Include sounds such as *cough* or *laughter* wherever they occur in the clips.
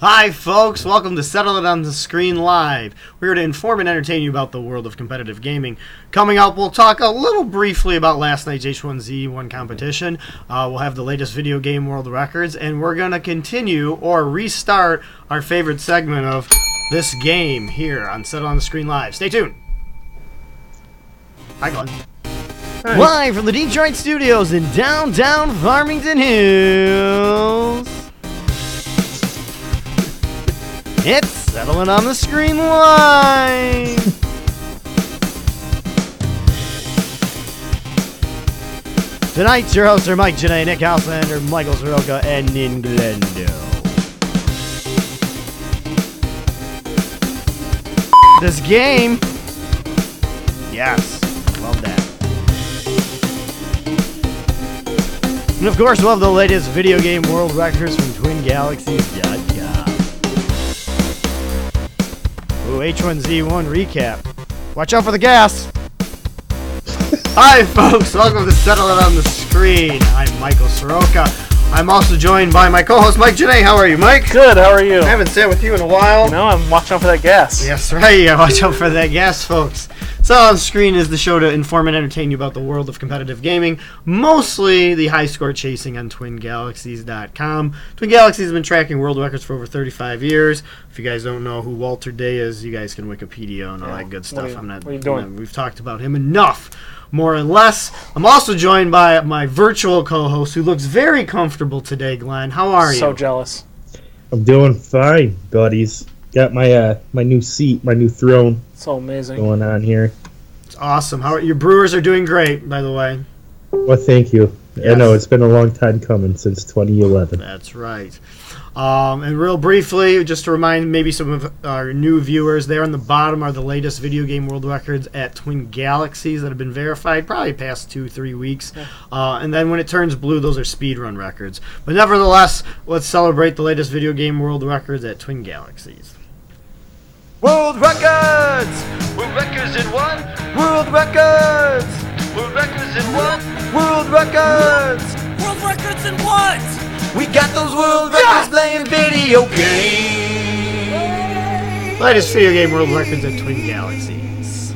Hi, folks. Welcome to Settle It on the Screen Live. We're here to inform and entertain you about the world of competitive gaming. Coming up, we'll talk a little briefly about last night's H1Z1 competition. Uh, we'll have the latest video game world records, and we're going to continue or restart our favorite segment of this game here on Settle on the Screen Live. Stay tuned. Hi, Glenn. Live from the Detroit studios in downtown Farmington Hills. It's settling on the screen live. Tonight, your hosts are Mike Janae, Nick Houselander, Michael Soroka, and Nin Glendo. This game. Yes, love that. And of course, we'll have the latest video game world records from TwinGalaxies.com. Ooh, H1Z1 recap. Watch out for the *laughs* gas! Hi, folks! Welcome to Settle It on the Screen. I'm Michael Soroka. I'm also joined by my co host, Mike Janae. How are you, Mike? Good, how are you? I haven't sat with you in a while. You know, I'm watching out for that gas. Yes, right. You gotta watch out for that gas, folks. So on screen is the show to inform and entertain you about the world of competitive gaming, mostly the high score chasing on TwinGalaxies.com. Twin Galaxies has been tracking world records for over 35 years. If you guys don't know who Walter Day is, you guys can Wikipedia and all Yeah. that good What are stuff. you- I'm not. what are you doing? I'm not- we've talked about him enough, more and less. I'm also joined by my virtual co-host, who looks very comfortable today. Glenn, how are you? So jealous. I'm doing fine, buddies. Got my uh my new seat, my new throne So amazing. going on here. it's awesome. How are, your Brewers are doing great, by the way. Well, thank you. I Yes. know it's been a long time coming since 2011. That's right. Um, and real briefly, just to remind maybe some of our new viewers, there on the bottom are the latest video game world records at Twin Galaxies that have been verified probably past two, three weeks. Uh, and then when it turns blue, those are speedrun records. But nevertheless, let's celebrate the latest video game world records at Twin Galaxies. World records! World records in one! World records! World records in one! World records! World records in what? We got those world records playing video games! Latest video game world records at Twin Galaxies.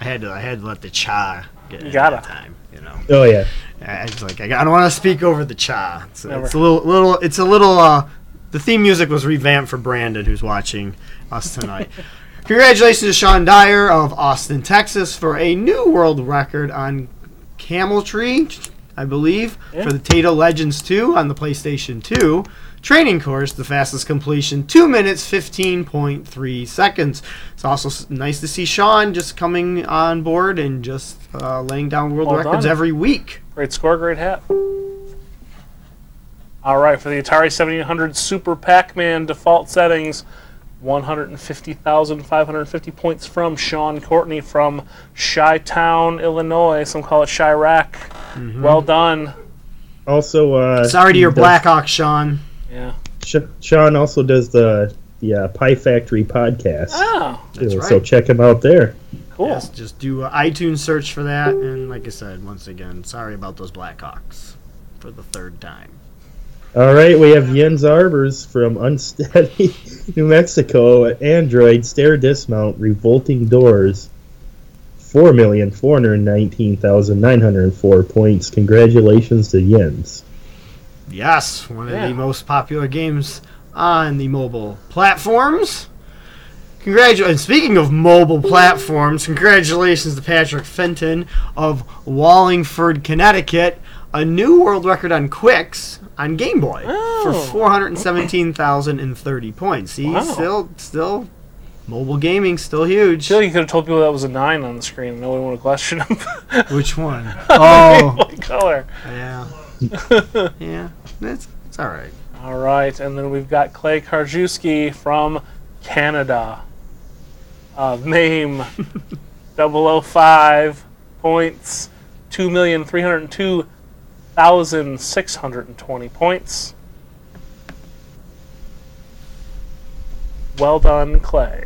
I had to, I had to let the cha get in gotta. that time, you know. Oh yeah, I it's like I, I don't want to speak over the cha. It's, Never. it's a little, little. It's a little. Uh, the theme music was revamped for Brandon, who's watching us *laughs* tonight. Congratulations to Sean Dyer of Austin, Texas, for a new world record on Camel Tree, I believe, Yeah. for the Tato Legends 2 on the PlayStation 2 training course. The fastest completion, two minutes fifteen point three seconds. It's also s- nice to see Sean just coming on board and just uh, laying down world Well records done. every week. Great score, great hat. Alright, for the Atari 7800 Super Pac Man default settings, 150,550 points from Sean Courtney from Chi Town, Illinois. Some call it Chirac. Mm-hmm. Well done. also uh Sorry to he your does- Blackhawk, Sean. Yeah. Sh- Sean also does the the uh, Pie Factory podcast. Oh, Ah, That's too, right. So check him out there. cool. Yes, just do a iTunes search for that. And like I said, once again, sorry about those Blackhawks for the third time. All right, we have Jens Arbers from Unsteady, *laughs* New Mexico. Android stair dismount, revolting doors. Four million four hundred nineteen thousand nine hundred four points. Congratulations to Jens. Yes, one of Yeah. the most popular games on the mobile platforms. Congratulations. And speaking of mobile platforms, congratulations to Patrick Fenton of Wallingford, Connecticut. A new world record on Quicks on Game Boy Oh. for 417,030 points. See, Wow. still, still, mobile gaming, still huge. I feel like you could have told people that was a 9 on the screen and nobody would have questioned *laughs* them. Which *laughs* one? Oh, what color? *laughs* yeah. Yeah, that's it's all right. All right, and then we've got Clay Karjewski from Canada. Uh, *laughs* name 005 points, 2,302,620 points. Well done, Clay.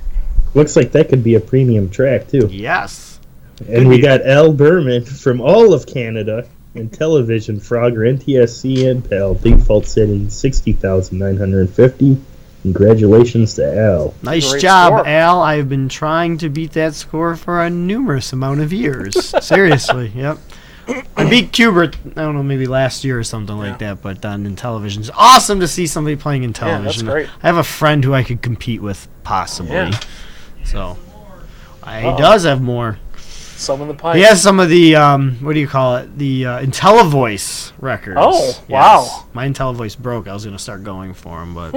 Looks like that could be a premium track too. Yes. And we got Al Berman from all of Canada and television Frogger NTSC and PAL default setting 60,950. Congratulations to Al. Nice Great job, score. Al. I've been trying to beat that score for a numerous amount of *laughs* years. Seriously, yep. I *clears throat* beat Kubert, I don't know, maybe last year or something like that, but on in television. It's awesome to see somebody playing in that's television. great. I have a friend who I could compete with, possibly. Yeah. So, I, he Uh-oh. does have more. Some in the pipe. He has some of the, um, what do you call it? The uh, IntelliVoice records. Oh, wow. My IntelliVoice broke. I was going to start going for him, but.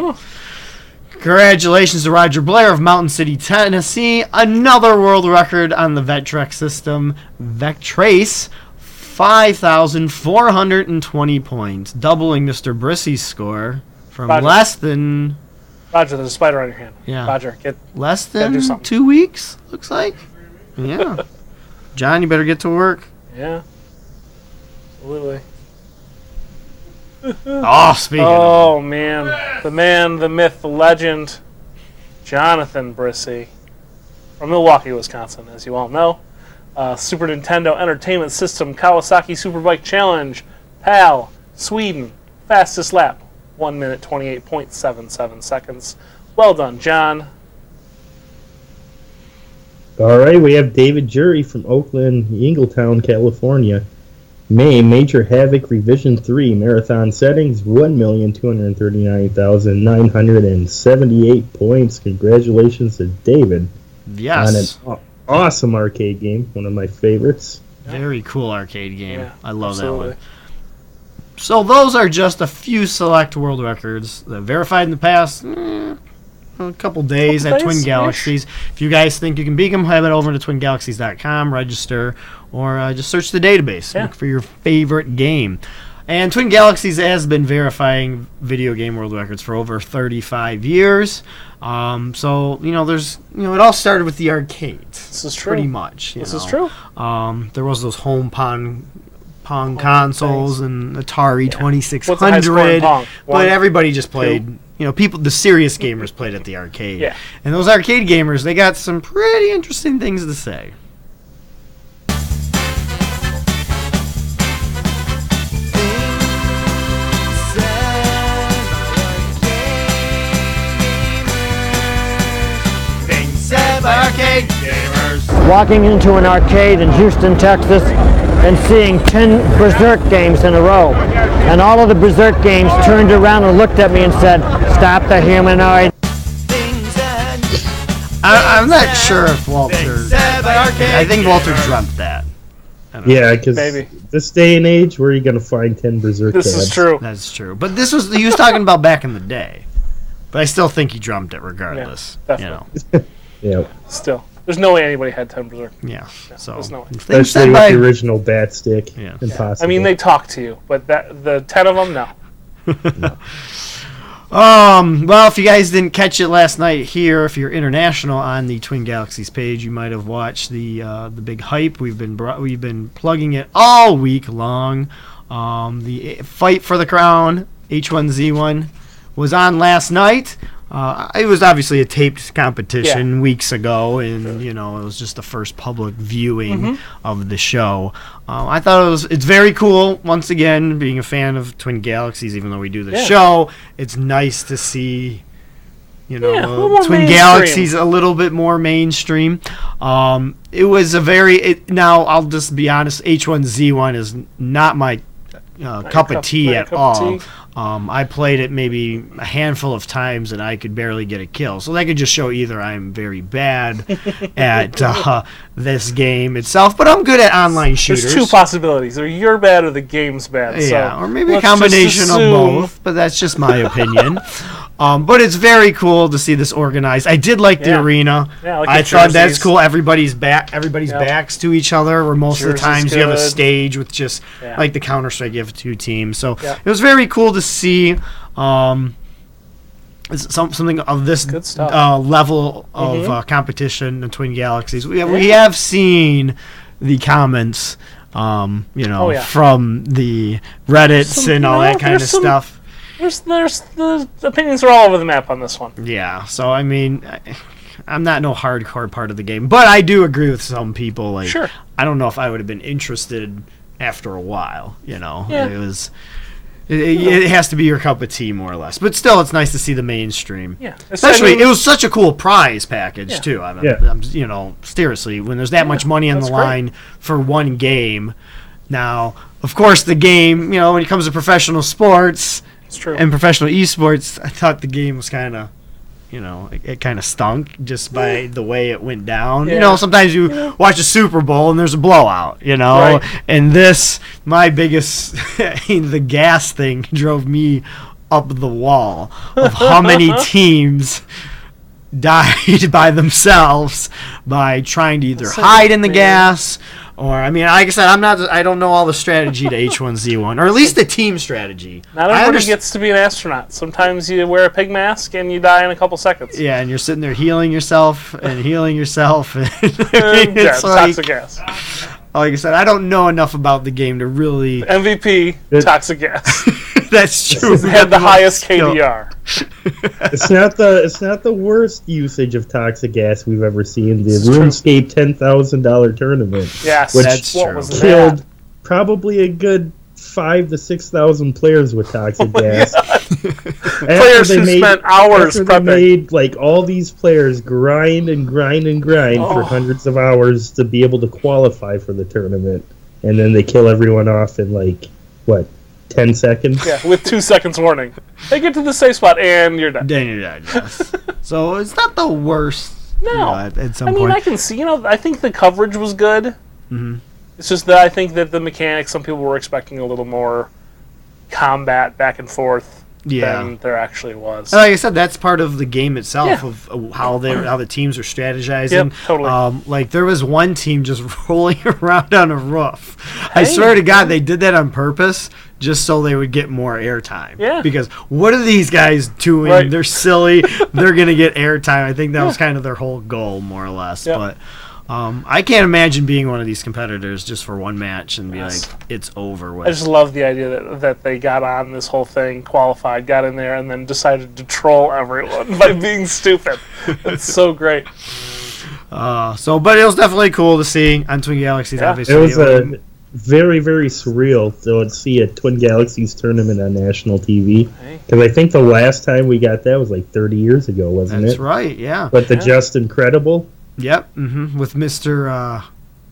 Congratulations to Roger Blair of Mountain City, Tennessee. Another world record on the Vectrex system. Vectrace, 5,420 points, doubling Mr. Brissy's score from Roger. less than Roger, there's a spider on your hand. Yeah. Roger, get. less Gotta do than something. 2 weeks, looks like. *laughs* Yeah. John, you better get to work. Yeah. Absolutely. *laughs* Oh, speaking of Oh man, the man, the myth, the legend, Jonathan Brissy, from Milwaukee, Wisconsin, as you all know. Uh, Super Nintendo Entertainment System Kawasaki Superbike Challenge, PAL, Sweden, fastest lap, one minute twenty-eight point seven seven seconds. Well done, John. All right, we have David Jury from Oakland, Ingletown, California. May Major Havoc Revision 3 Marathon Settings 1,239,978 points. Congratulations to David on an Yes. aw- awesome arcade game, one of my favorites. Very cool arcade game. Yeah, I love that one. Absolutely. So those are just a few select world records that verified in the past mm, a couple days Couple at Twin days-ish. Galaxies. If you guys think you can beat them, head over to twingalaxies.com, register, or uh, just search the database. Yeah. Look for your favorite game. And Twin Galaxies has been verifying video game world records for over 35 years. Um, so, you know, there's, you know, it all started with the arcades. This is true. Pretty much. you This is know. true. Um, there was those home pong pong consoles and Atari What's the high score in 2600, Pong? One, but everybody just played. You know, people the serious gamers played at the arcade. Yeah. And those arcade gamers, they got some pretty interesting things to say. walking into an arcade in Houston, Texas, and seeing 10 Berserk games in a row. And all of the Berserk games turned around and looked at me and said, Stop the humanoid. I, I'm not sure if Walter. I think Walter dreamt that. Yeah, because Maybe. this day and age, where are you going to find 10 Berserk This is tabs? true. That's true. But this was he was talking about back in the day. But I still think he dreamt it regardless. definitely. You know. Yeah, Still, there's no way anybody had ten berserk. Yeah. So there's no way. things especially said with by- the original bat stick. Yeah. Impossible. I mean, they talk to you, but that the ten of them, no. Um, well, if you guys didn't catch it last night here, if you're international on the Twin Galaxies page, you might have watched the uh, the big hype. We've been bro- we've been plugging it all week long. Um, the fight for the crown H1Z1 was on last night. Uh, it was obviously a taped competition weeks ago, and you know it was just the first public viewing Mm-hmm. of the show. Uh, I thought it was it's very cool. Once again, being a fan of Twin Galaxies, even though we do the Yeah. show, it's nice to see you know Yeah, a little uh, more Twin mainstream. Galaxies a little bit more mainstream. Um, it was a very it, now I'll just be honest. H1Z1 is not my uh, cup cup- of tea not your at cup of all. tea. Um, I played it maybe a handful of times and I could barely get a kill. So that could just show either I'm very *laughs* bad at uh, this game itself, but I'm good at online shooters. There's two possibilities: either you're bad or the game's bad. Yeah, so or maybe a let's just combination of assume- both, but that's just my *laughs* opinion. Um, but it's very cool to see this organized. I did like the Yeah. arena. Yeah, I like the I thought that's jerseys. cool. Everybody's back, everybody's Yep. backs to each other. Where most of the Jerseys times you have a good. stage with just Yeah. like the Counter Strike, you have two teams. So Yeah. it was very cool to see. Um, it's some, something of this Good stuff. Mm-hmm. uh, level of uh, competition in Twin Galaxies. We have, we have seen the comments, um, you know, Oh, yeah. from the Reddits Some- and all no, that kind of there's some- stuff. There's, there's the opinions are all over the map on this one. Yeah. So I mean, I, I'm not no hardcore part of the game, but I do agree with some people. Like, Sure. I don't know if I would have been interested after a while. You know, Yeah. it was. It, it, it has to be your cup of tea, more or less. But still, it's nice to see the mainstream. Yeah. Especially, I mean, it was such a cool prize package Yeah. too. I mean, Yeah. I'm- you know, seriously, when there's that much money on the that's great. line for one game, now of course the game, you know, when it comes to professional sports it's true. and professional esports, I thought the game was kind of, you know, it, it kind of stunk just by the way it went down. You Yeah. know, sometimes you watch a Super Bowl and there's a blowout, you know, Right. and this, my biggest, *laughs* the gas thing *laughs* drove me up the wall of how *laughs* many teams died *laughs* by themselves by trying to either That's so hide in the weird. gas or I mean like I said I'm not I don't know all the strategy to H1Z1 or at least the team strategy. Not I everybody underst- gets to be an astronaut. Sometimes you wear a pig mask and you die in a couple *laughs* seconds. Yeah, and you're sitting there healing yourself and healing yourself. *laughs* And Uh, yeah, *laughs* it's toxic like, oh, gas. like I said, I don't know enough about the game to *laughs* really. *laughs* MVP, It- toxic gas. That's true. Had the *laughs* highest Skill. KDR. *laughs* It's not the it's not the worst usage of toxic gas we've ever seen. The true. RuneScape ten thousand dollar tournament Yes. Which- That's what true. was that? killed probably a good five to six thousand players *laughs* with toxic gas. After Players they who made- spent hours after they prepping. made like all these players grind and grind and grind Oh. for hundreds of hours to be able to qualify for the tournament, and then they kill everyone off in like what ten seconds. Yeah, with two seconds warning. They get to the safe spot and you're dead. Then you're dead, yes. so it's not the worst. you No. know, at, at some I mean, point. I can see. You know, I think the coverage was good. Mm-hmm. It's just that I think that the mechanics, some people were expecting a little more combat back and forth yeah. than there actually was. And like I said, that's part of the game itself Yeah. of of how they how the teams are strategizing. Yep, totally. Um, like there was one team just *laughs* rolling around on a roof. I swear to God, they did that on purpose just so they would get more airtime. Yeah. Because what are these guys doing? Right. They're *laughs* silly. They're gonna get airtime. I think that was kind of their whole goal, more or less. Yep. But. Um, I can't imagine being one of these competitors just for one match and be Yes. like, it's over with. I just love the idea that, that they got on this whole thing, qualified, got in there, and then decided to troll everyone *laughs* by *laughs* being stupid. It's so great. Uh, so, but it was definitely cool to see on Twin Galaxies. Yeah. Obviously, It was It a very, very surreal to see a Twin Galaxies tournament on national TV. Hey. Because I think the last time we got that was like 30 years ago, wasn't That's it? right. Yeah. But the Yeah. Just Incredible. Yep. hmm With Mister uh,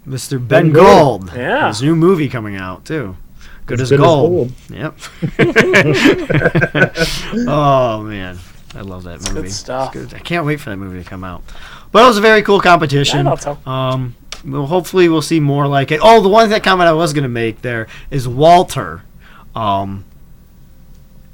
Mister Ben, Ben Gold. Yeah. His new movie coming out too. Good as good as gold. Yep. *laughs* oh man, I love that movie. good stuff. good. I can't wait for that movie to come out. But it was a very cool competition. Yeah, I'll tell. um. Well, hopefully we'll see more like it. Oh, the one that comment I was gonna make there is Walter. Um,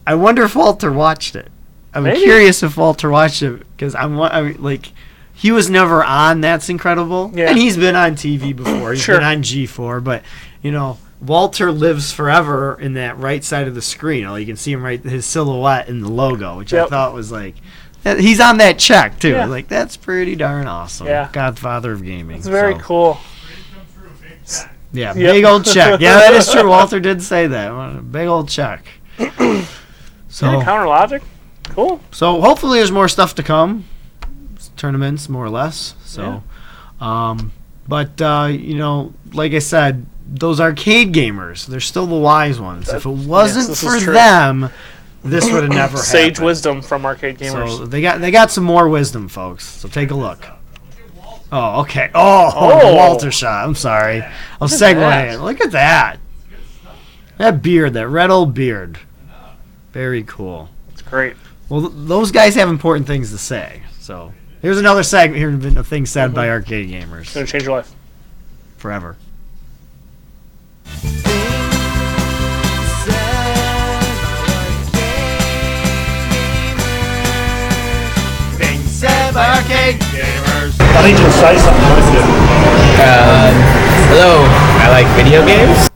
I wonder if Walter watched it. I'm Maybe. curious if Walter watched it because I'm wa- I mean, like he was never on That's Incredible, Yeah. and he's been on TV before. He's Sure. been on G4, but you know Walter lives forever in that right side of the screen. All you can see him right his silhouette in the logo, which I Yep. thought was like. that- He's on that check too. Yeah. Like that's pretty darn awesome. Yeah. Godfather of gaming. It's very so. cool. Yeah, Yep. big old check. *laughs* Yeah, that is true. Walter did say that. Big old *clears throat* check. So Yeah, counter logic. Cool. so hopefully there's more stuff to come, S- tournaments more or less. So, um, but uh, you know, like I said, those arcade gamers, they're still the wise ones. if it wasn't this is for true. them, this would have never Sage happened. wisdom from arcade gamers. So they got they got some more wisdom, folks. So take a look. Oh, okay. Oh, Oh. Walter shot. I'm sorry. I'll segue that. in. Look at that. That beard, that red old beard. Very cool. it's great. Well, th- those guys have important things to say. So here's another segment here of things said by arcade It's gamers gonna change your life. forever. I need you to say something. Uh, Hello, I like video games.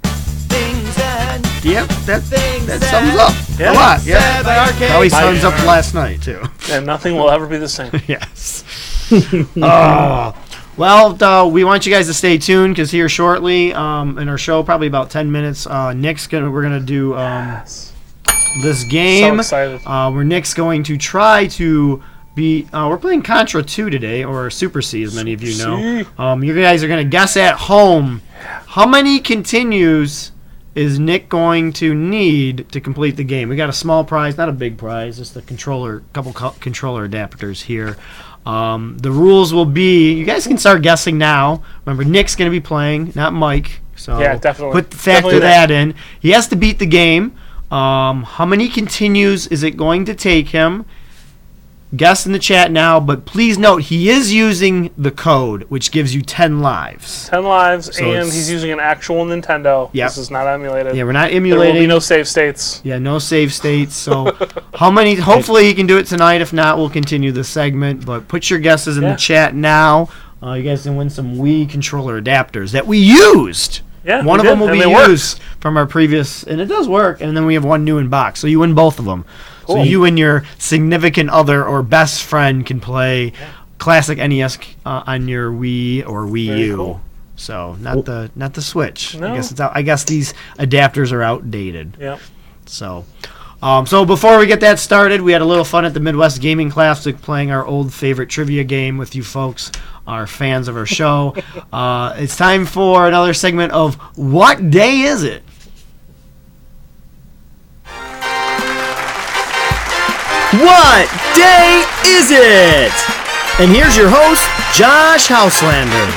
Yep, that that sums up a lot. Yeah, how he sums up last night too. And nothing will ever be *laughs* the same. yes. oh. Well, uh, we want you guys to stay tuned because here shortly um, in our show, probably about ten minutes, uh, Nick's gonna we're gonna do um, Yes. this So game excited. uh, where Nick's going to try to be. Uh, we're playing Contra 2 today, or Super C, as many of you know. Super Um, you guys are going to guess at home How many continues is Nick going to need to complete the game? We got a small prize, not a big prize, just a controller, couple co- controller adapters here. Um, the rules will be you guys can start guessing now. Remember, Nick's going to be playing, not Mike. So Yeah, definitely. put factor Definitely that in. He has to beat the game. Um, how many continues is it going to take him? Guess in the chat now, but please note he is using the code, which gives you 10 lives. 10 lives, So and it's- he's using an actual Nintendo. Yep. This is not emulated. Yeah, we're not there will emulating. be no save states. Yeah, no save states. So, how many? Hopefully, he can do it tonight. If not, we'll continue this segment. But put your guesses in Yeah. the chat now. Uh, you guys can win some Wii controller adapters that we used. Yeah, one of we them did, will and be they worked. used from our previous, and it does work. And then we have one new in box, so you win both of them. So Cool. you and your significant other or best friend can play classic NES uh, on your Wii or Wii U. cool. So not the not the Switch. No. I guess it's out, I guess these adapters are outdated. Yep. So, um, so before we get that started, we had a little fun at the Midwest Gaming Classic playing our old favorite trivia game with you folks, our fans of our *laughs* show. uh, it's time for another segment of What Day Is It? What day is it? And here's your host, Josh Houselander.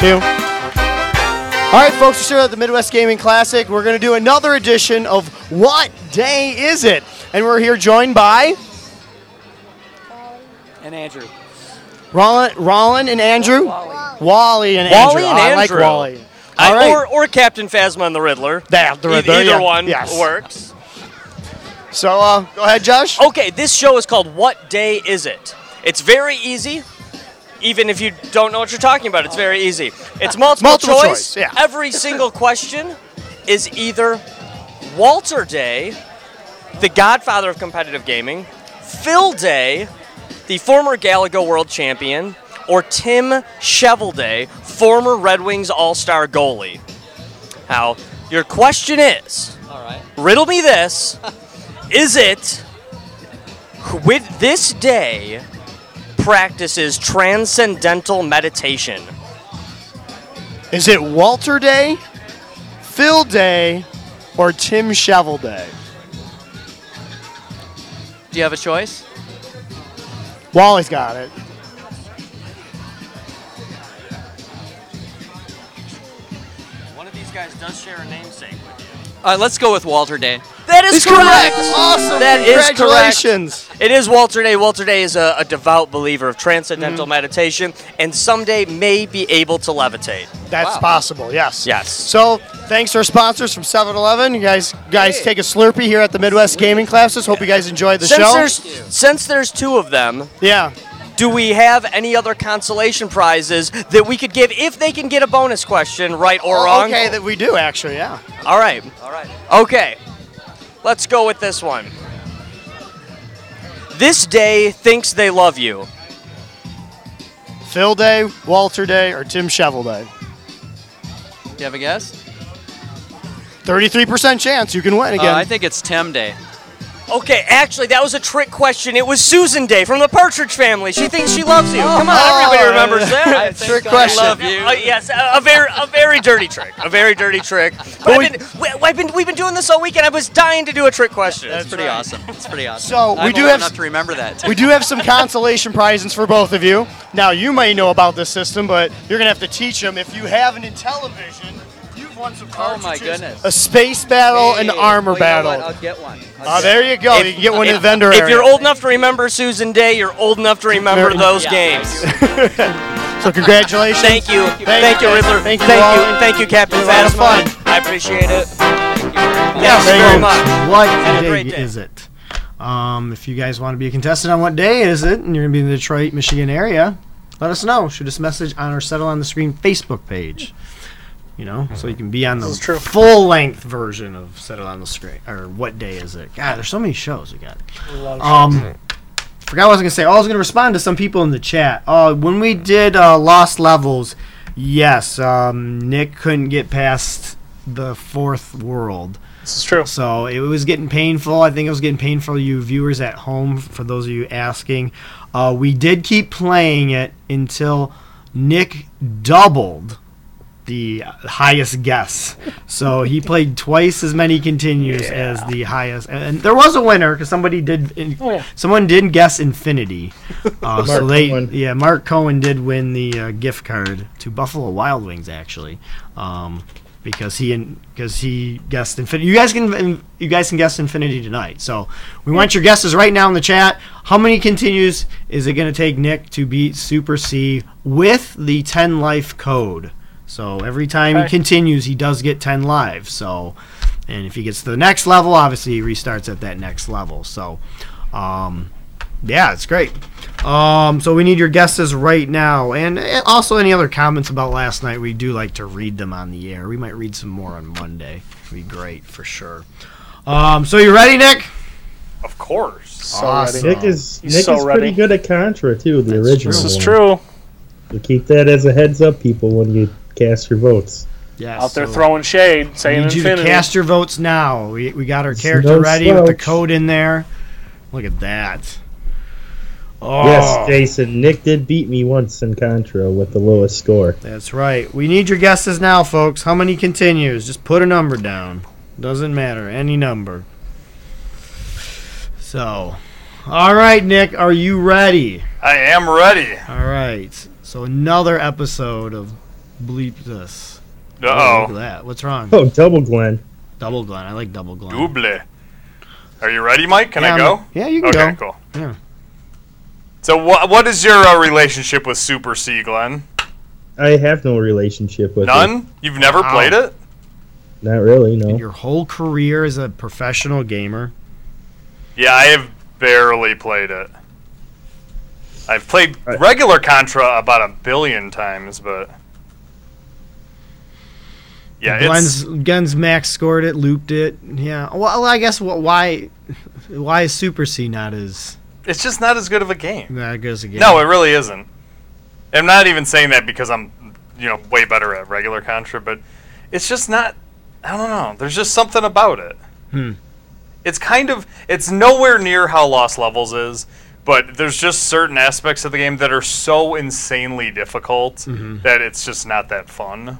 Two. All right, folks, we're still at the Midwest Gaming Classic. We're going to do another edition of What Day Is It? And we're here joined by And Andrew. Rollin, Rollin and Andrew. Wally, and Andrew. Wally and I like Andrew. Wally. I- All right. or, or Captain Phasma and the Riddler. There, there, E- there, either yeah. one Yes. works. So uh, go ahead, Josh. Okay, this show is called What Day Is It? It's very easy, even if you don't know what you're talking about. It's very easy. *laughs* It's multiple, Multiple choice. choice, yeah. *laughs* Every single question is either Walter Day, the godfather of competitive gaming, Phil Day, the former Galago world champion, or Tim Shovelday, former Red Wings all star goalie. How your question is riddle *laughs* me this is it with this day practices transcendental meditation. Is it Walter Day, Phil Day, or Tim Shovel Day? Do you have a choice? Wally's got it. One of these guys does share a namesake with you. Uh, let's go with Walter Day. That is correct. Awesome. That is correct. Congratulations. It is Walter Day. Walter Day is a, a devout believer of transcendental Mm-hmm. meditation and someday may be able to levitate. That's Wow. possible. Yes. Yes. So thanks to our sponsors from 7-Eleven. You guys, guys, take a Slurpee here at the Midwest Gaming Classes. Hope you guys enjoyed the since show. there's since there's two of them, Yeah. do we have any other consolation prizes that we could give if they can get a bonus question right or wrong? Okay, that we do actually. Yeah. All right. All right. Okay. Let's go with this one. This day thinks they love you. Phil Day, Walter Day, or Tim Shovel Day. Do you have a guess? Thirty-three percent chance you can win Uh, again. I think it's *laughs* Tim Day. Okay, actually, that was a trick question. It was Susan Day from the Partridge Family. She thinks she loves you. Come on, everybody remembers that. Trick *laughs* question. I love you. Uh, yes, a, a very, a very dirty trick. A very dirty trick. But I've been, we, have been, we've been doing this all weekend. I was dying to do a trick question. That's pretty awesome. *laughs* It's pretty awesome. So, we I'm do old have- enough to remember that. we do have some consolation prizes for both of you. Now you may know about this system, but you're gonna have to teach them. If you have an Intellivision, you've won some Oh my cartridges. goodness. A space battle, and Oh, an Hey, armor well, you know battle. what? I'll get one. I'll Oh, get there you go. you can get one in the vendor if area. you're old enough to remember Susan Day, you're old enough to remember Very- those Yeah. games. *laughs* So congratulations. Thank you. Thank Thank you. you, Riddler. Thank Thank you you. all. And thank you, Captain It was a lot of Phasma. fun. I appreciate it. one. Yes, Thank very you. much. What Have a day, great day. is it? Um, if you guys want to be a contestant on what day is it, and you're going to be in the Detroit, Michigan area, let us know. Shoot us a message on our Settle on the Screen Facebook page. You know, so you can be on the is true. full length version of Settle on the Screen or What Day Is It? God, there's so many shows we got. Um, forgot what I was gonna say. Oh, I was gonna respond to some people in the chat. Uh, when we did uh, Lost Levels, yes, um, Nick couldn't get past the fourth world. This is true. So it was getting painful. I think it was getting painful to you viewers at home, for those of you asking. Uh, we did keep playing it until Nick doubled the highest guess. So he played twice as many continues as the highest. And there was a winner because somebody did. Oh, yeah. Someone did guess *laughs* infinity. Uh, so Mark they, Cohen. yeah, Mark Cohen did win the uh, gift card to Buffalo Wild Wings actually, um, because he because he guessed infinity. You guys can you guys can guess infinity tonight. So we want your guesses right now in the chat. How many continues is it going to take Nick to beat Super C with the ten life code? So every time he Okay. continues, he does get 10 lives. So, and if he gets to the next level, obviously he restarts at that next level. So, um, yeah, it's great. Um, so we need your guesses right now, and eh, also any other comments about last night. We do like to read them on the air. We might read some more on Monday. It'd be great for sure. Um, so you ready, Nick? Of course. So Awesome. ready. Nick is Oh, He's Nick so is ready. pretty good at Contra too. The original. This is one. true. So keep that as a heads up, people, when you cast your votes. Yes. Out there throwing shade, I saying need you infinity. to cast your votes now. We, we got our It's character no ready with the slouch. code in there. Look at that. Oh, Ah. Yes, Jason. Nick did beat me once in Contra with the lowest score. that's right. We need your guesses now, folks. How many continues? Just put a number down. Doesn't matter. Any number. So, all right, Nick, are you ready? I am ready. All right. So, another episode of Bleep This. Look at Uh oh. that. What's wrong? Oh, double Glenn. Double Glen. I like Double Glen. Double. Are you ready, Mike? Can Yeah, I I'm- go? Yeah, you can Okay, go. cool. Yeah. So, wha what is your uh, relationship with Super C, Glenn? I have no relationship with it. None? You've never Wow. played it? Not really. In No. your whole career as a professional gamer. Yeah, I have barely played it. I've played regular Contra about a billion times, but yeah, it's Glenn's, Glenn's max scored it, looped it. Yeah. Well, I guess wh- why why is Super C not as it's just not as good of a game. that goes again? No, it really isn't. I'm not even saying that because I'm, you know, way better at regular Contra, but it's just not. I don't know. There's just something about it. Hmm. It's kind of. It's nowhere near how Lost Levels is, but there's just certain aspects of the game that are so insanely difficult that it's just not that fun.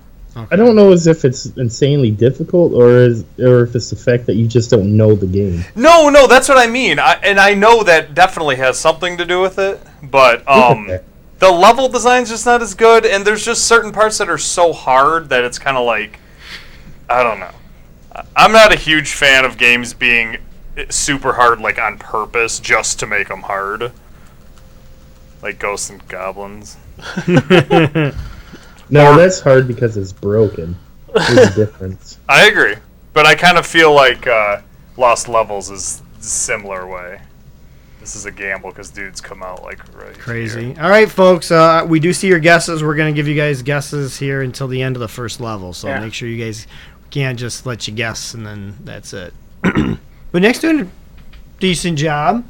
I don't know as if it's insanely difficult or is, or if it's the fact that you just don't know the game. No, no, that's what I mean. I, and I know that definitely has something to do with it, but um, Okay. the level design's just not as good, and there's just certain parts that are so hard that it's kind of like, I don't know. I- I'm not a huge fan of games being eh, super hard, like on purpose, just to make them hard. Like Ghosts and Goblins. No, that's hard because it's broken. There's a difference. I agree, but I kind of feel like uh, Lost Levels is similar way. This is a gamble because dudes come out like right here. Crazy. All right, folks. Uh, we do see your guesses. We're gonna give you guys guesses here until the end of the first level. So Yeah. make sure you guys can't just let you guess and then that's it. *clears throat* but Nick's doing a decent job.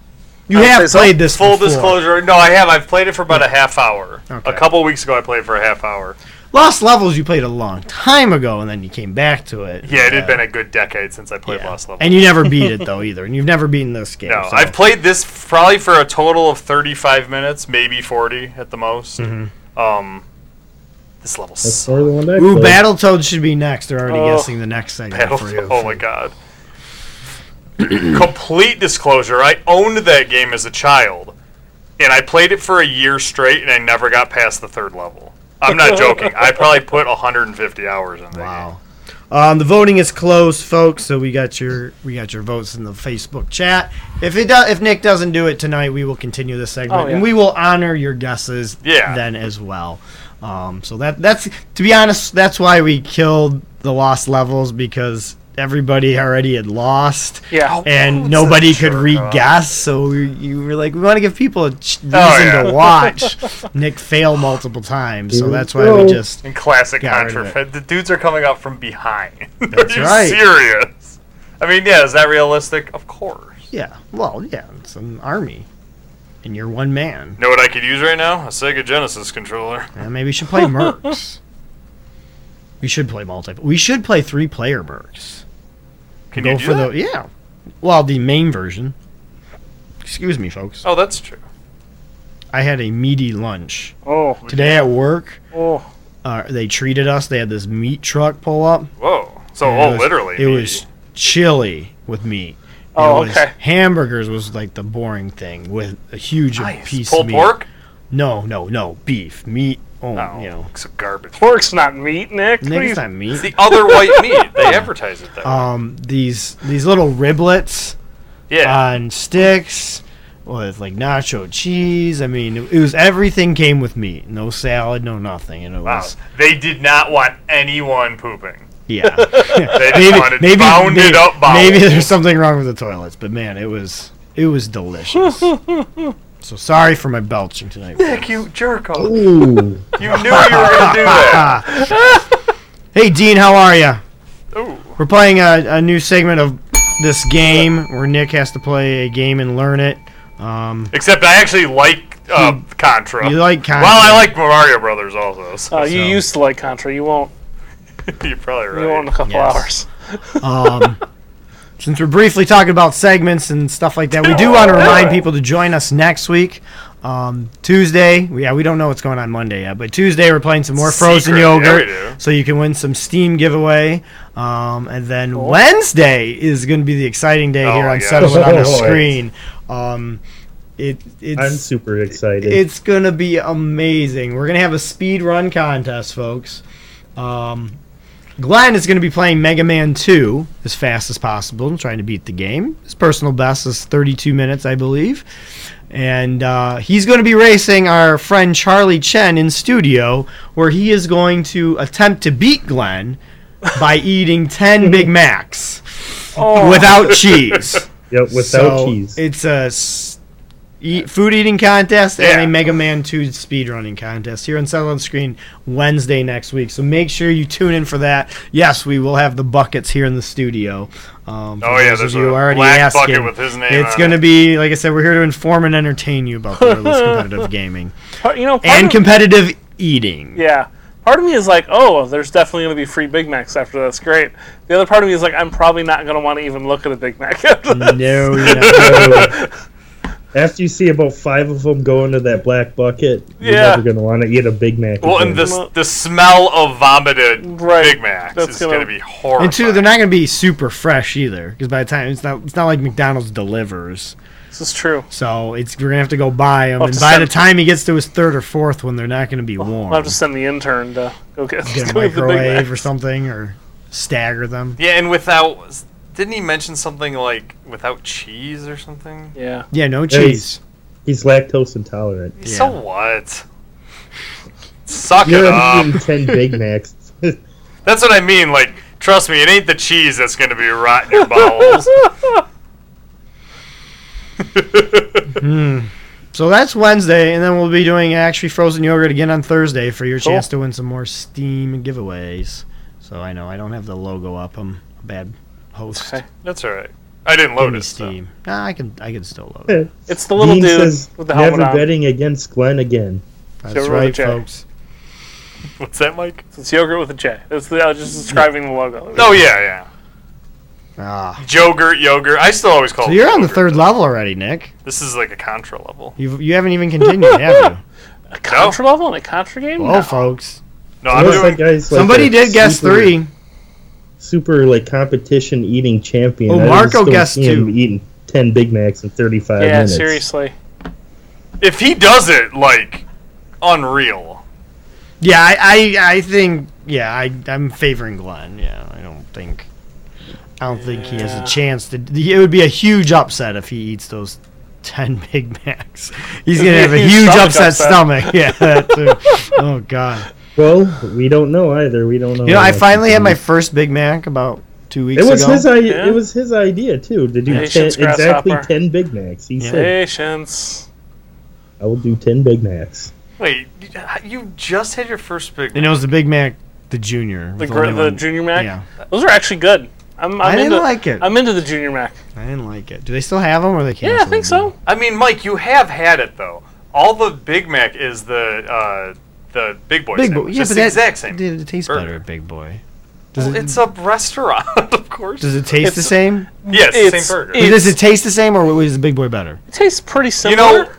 You I'd have say so. played this. Full before. disclosure, no, I have. I've played it for about a half hour. Okay. A couple weeks ago, I played for a half hour. Lost Levels. You played a long time ago, and then you came back to it. Yeah, it had been a good decade since I played Yeah. Lost Level. And you never beat it though *laughs* either, and you've never beaten this game. no, so- I've played this f- probably for a total of 35 minutes, maybe 40 at the most. Mm-hmm. Um, this level That's sucks. more than one I Ooh, played. Battletoads should be next. They're already Oh. guessing the next segment for you. *laughs* Oh my god. *clears throat* Complete disclosure, I owned that game as a child, and I played it for a year straight, and I never got past the third level. *laughs* I'm not joking. I probably put 150 hours in that game. Wow. Um, the voting is closed, folks. So we got your we got your votes in the Facebook chat. If it does, if Nick doesn't do it tonight, we will continue this segment Oh, yeah. and we will honor your guesses. Yeah. Then as well. Um, so that that's to be honest, that's why we killed the lost levels because everybody already had lost. Yeah. and What's nobody that could jerk re-guess. So we, you were like, we want to give people a ch- reason Oh, yeah. *laughs* to watch Nick fail multiple times. So Here we that's why we go. just In classic Got rid of Contra, the dudes are coming out from behind. *laughs* That's are you right. serious? I mean, yeah, is that realistic? Of course. yeah. Well, yeah, it's an army, and you're one man. Know what I could use right now? A Sega Genesis controller. Uh, maybe we should play mercs. We should play multi. We should play three-player mercs. Can Go you do for that? the yeah. Well, the main version. Excuse me, folks. Oh, that's true. I had a meaty lunch Oh, today at work. oh, Uh, they treated us. They had this meat truck pull up. Whoa. So, and it oh, was- literally. It was chili with meat. Oh, it was, okay. Hamburgers was like the boring thing with a huge nice. piece pulled of meat. pork. No, no, no, beef, meat. Oh, No, you know, it's garbage. pork's not meat, Nick. What Nick, are you- it's not meat. It's the other white meat. *laughs* They advertise it that way. um, these these little riblets yeah. on sticks with like nacho cheese. I mean, it, was everything came with meat. No salad, no nothing, and it wow. was They did not want anyone pooping. yeah. *laughs* They just wanted bounded maybe, up bowels. maybe there's something wrong with the toilets, but man, it was it was *laughs* delicious. so sorry for my belching tonight. Nick, you jerko. Ooh. You knew you were gonna *laughs* do that. Hey Dean, how are you? Ooh. We're playing a, a new segment of this game where Nick has to play a game and learn it. Um, Except I actually like uh, Contra. you like Contra. Well, I like Mario Brothers also. So *laughs* Oh, you So- used to like Contra. You won't. you're probably You won't in a right. couple Yes. hours. Um, since we're briefly talking about segments and stuff like that, we Oh, do want to remind people to join us next week. Um, Tuesday, we- yeah, we don't know what's going on Monday yet, but Tuesday we're playing some more frozen Secret, yeah, we yogurt, do. so you can win some Steam giveaway. Um, and then Wednesday is going to be the exciting day Oh here my on gosh. Settle It on *laughs* the Oh, boy. Screen. Um, it it's I'm super excited. it's gonna be amazing. We're gonna have a speed run contest, folks. Um, Glenn is gonna be playing Mega Man 2 as fast as possible and trying to beat the game. His personal best is 32 minutes, I believe. And uh, he's going to be racing our friend Charlie Chen in studio, where he is going to attempt to beat Glenn by eating 10 Big Macs Oh, without cheese. yep, without So, cheese. It's a s- eat, food eating contest and Yeah. a Mega Man 2 speedrunning contest here on Settle on Screen Wednesday next week. So make sure you tune in for that. Yes, we will have the buckets here in the studio. Um, for Oh, yeah, those of there's you a already black asking, bucket with his name It's on going to it. be, like I said, we're here to inform and entertain you about the *laughs* world of competitive gaming part- you know, part and of- competitive eating. Yeah. Part of me is like, oh, there's definitely going to be free Big Macs after this. Great. The other part of me is like, I'm probably not going to want to even look at a Big Mac. *laughs* after this. No, you're not. *laughs* So, after you see about five of them go into that black bucket, you're Yeah. never going to want to eat a Big Mac. Well, and again. the s- the smell of vomited Right. Big Macs That's is gonna- gonna, be horrible. And two, they're not going to be super fresh either, because by the time it's not, it's not like McDonald's delivers. This is true. So it's we're gonna have to go buy them, I'll and just by send- the time he gets to his third or fourth one, they're not gonna be warm. I'll have to send the intern to go get, Get *laughs* go a get the Big Mac. microwave or something, or stagger them. Yeah, and without didn't he mention something like without cheese or something? *laughs* Yeah. Yeah, no There cheese. He's lactose intolerant. So what? Suck You're it gonna be up. eating 10 Big Macs. That's what I mean. Like, trust me, it ain't the cheese that's gonna be rotting *laughs* your bowels. So that's Wednesday, and then we'll be doing actually frozen yogurt again on Thursday for your Cool. chance to win some more Steam giveaways. So I know I don't have the logo up. I'm a bad host. Okay. that's all right. I didn't Give me load it. so- Steam. Nah, I can I can still load. it. Dean It's the little dude says, with the helmet never on. betting against Glenn again. That's Get rid of right, Jay. folks. What's that, Mike? It's yogurt with a J. It's the, I was just describing the logo. Oh yeah, yeah. Ah, Jogurt, yogurt. I still always Oh, call. so it you're on the yogurt. third level already, Nick. This is like a contra level. You you haven't even continued, *laughs* have A Contra level in a Contra game? you? No. Well, folks, No, I'm Unless that doing. guy's like somebody a did guess super- three. Super like competition eating champion. Oh, I just Marco don't guessed see him two. Eating ten Big Macs in thirty-five yeah, minutes. seriously. If he does it, like, unreal. Yeah, I, I, I think yeah, I, I'm favoring Glenn. Yeah, I don't think, I don't think he has Yeah. a chance to. It would be a huge upset if he eats those ten *laughs* Big Macs. He's It'd gonna be *laughs* have a a huge huge stomach upset, upset. stomach. Yeah, that *laughs* too. oh god. Oh, Well, we don't know either. We don't know. You know, I what finally to had do. my first Big Mac about two weeks It was ago. his. I- Yeah. It was his idea too to do Yeah, he ten, shoots grasshopper. exactly ten Big Macs. He said, Patience. "I will do ten Big Macs." Wait, you, you just had your first big. and it was the Big Mac, the junior, The, with gr- only the one- Junior Mac? Yeah, Those are actually good. I'm, I'm I didn't into, like it. I'm into the Junior Mac. I didn't like it. Do they still have them, or they can't? Yeah, I think so. I mean, Mike, you have had it though. All the Big Mac is the uh, the Big Boy. Big boy. sandwich. Yeah, It's but the that, exact same. It, it tastes burger. better, at Big Boy. Does Well, it, it's a restaurant, *laughs* of course. does it taste the it's- same? yes, it's- same burger. it- Does it taste the same, or was the Big Boy better? It tastes pretty you similar. know,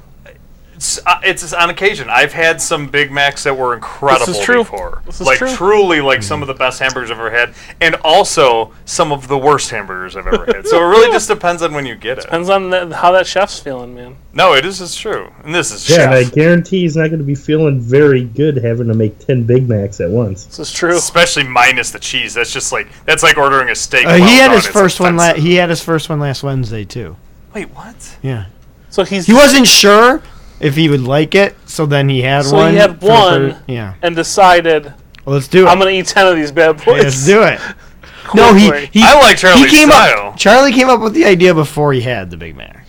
s- uh, it's on occasion. I've had some Big Macs that were incredible true. before. This is like true. truly like some of the best hamburgers I've ever had and also some of the worst hamburgers I've ever had. So it *laughs* really just depends on when you get it. Depends on the, how that chef's feeling, man. No, it is it's true. And this is Yeah, and I chef. guarantee he's not going to be feeling very good having to make 10 Big Macs at once. This is true. *laughs* Especially minus the cheese. That's just like that's like ordering a steak. Uh, well he had done. his It's first one. La- offensive. he had his first one last Wednesday too. Wait, what? Yeah, So he's he wasn't sure if he would like it, so then he had So he one. had for the one. third- Yeah, and decided well, let's do it. I'm gonna eat ten of these bad boys. let's do *laughs* it. No, he Quickly. he, I like Charlie's he came style. up. Charlie came up with the idea before he had the Big Mac.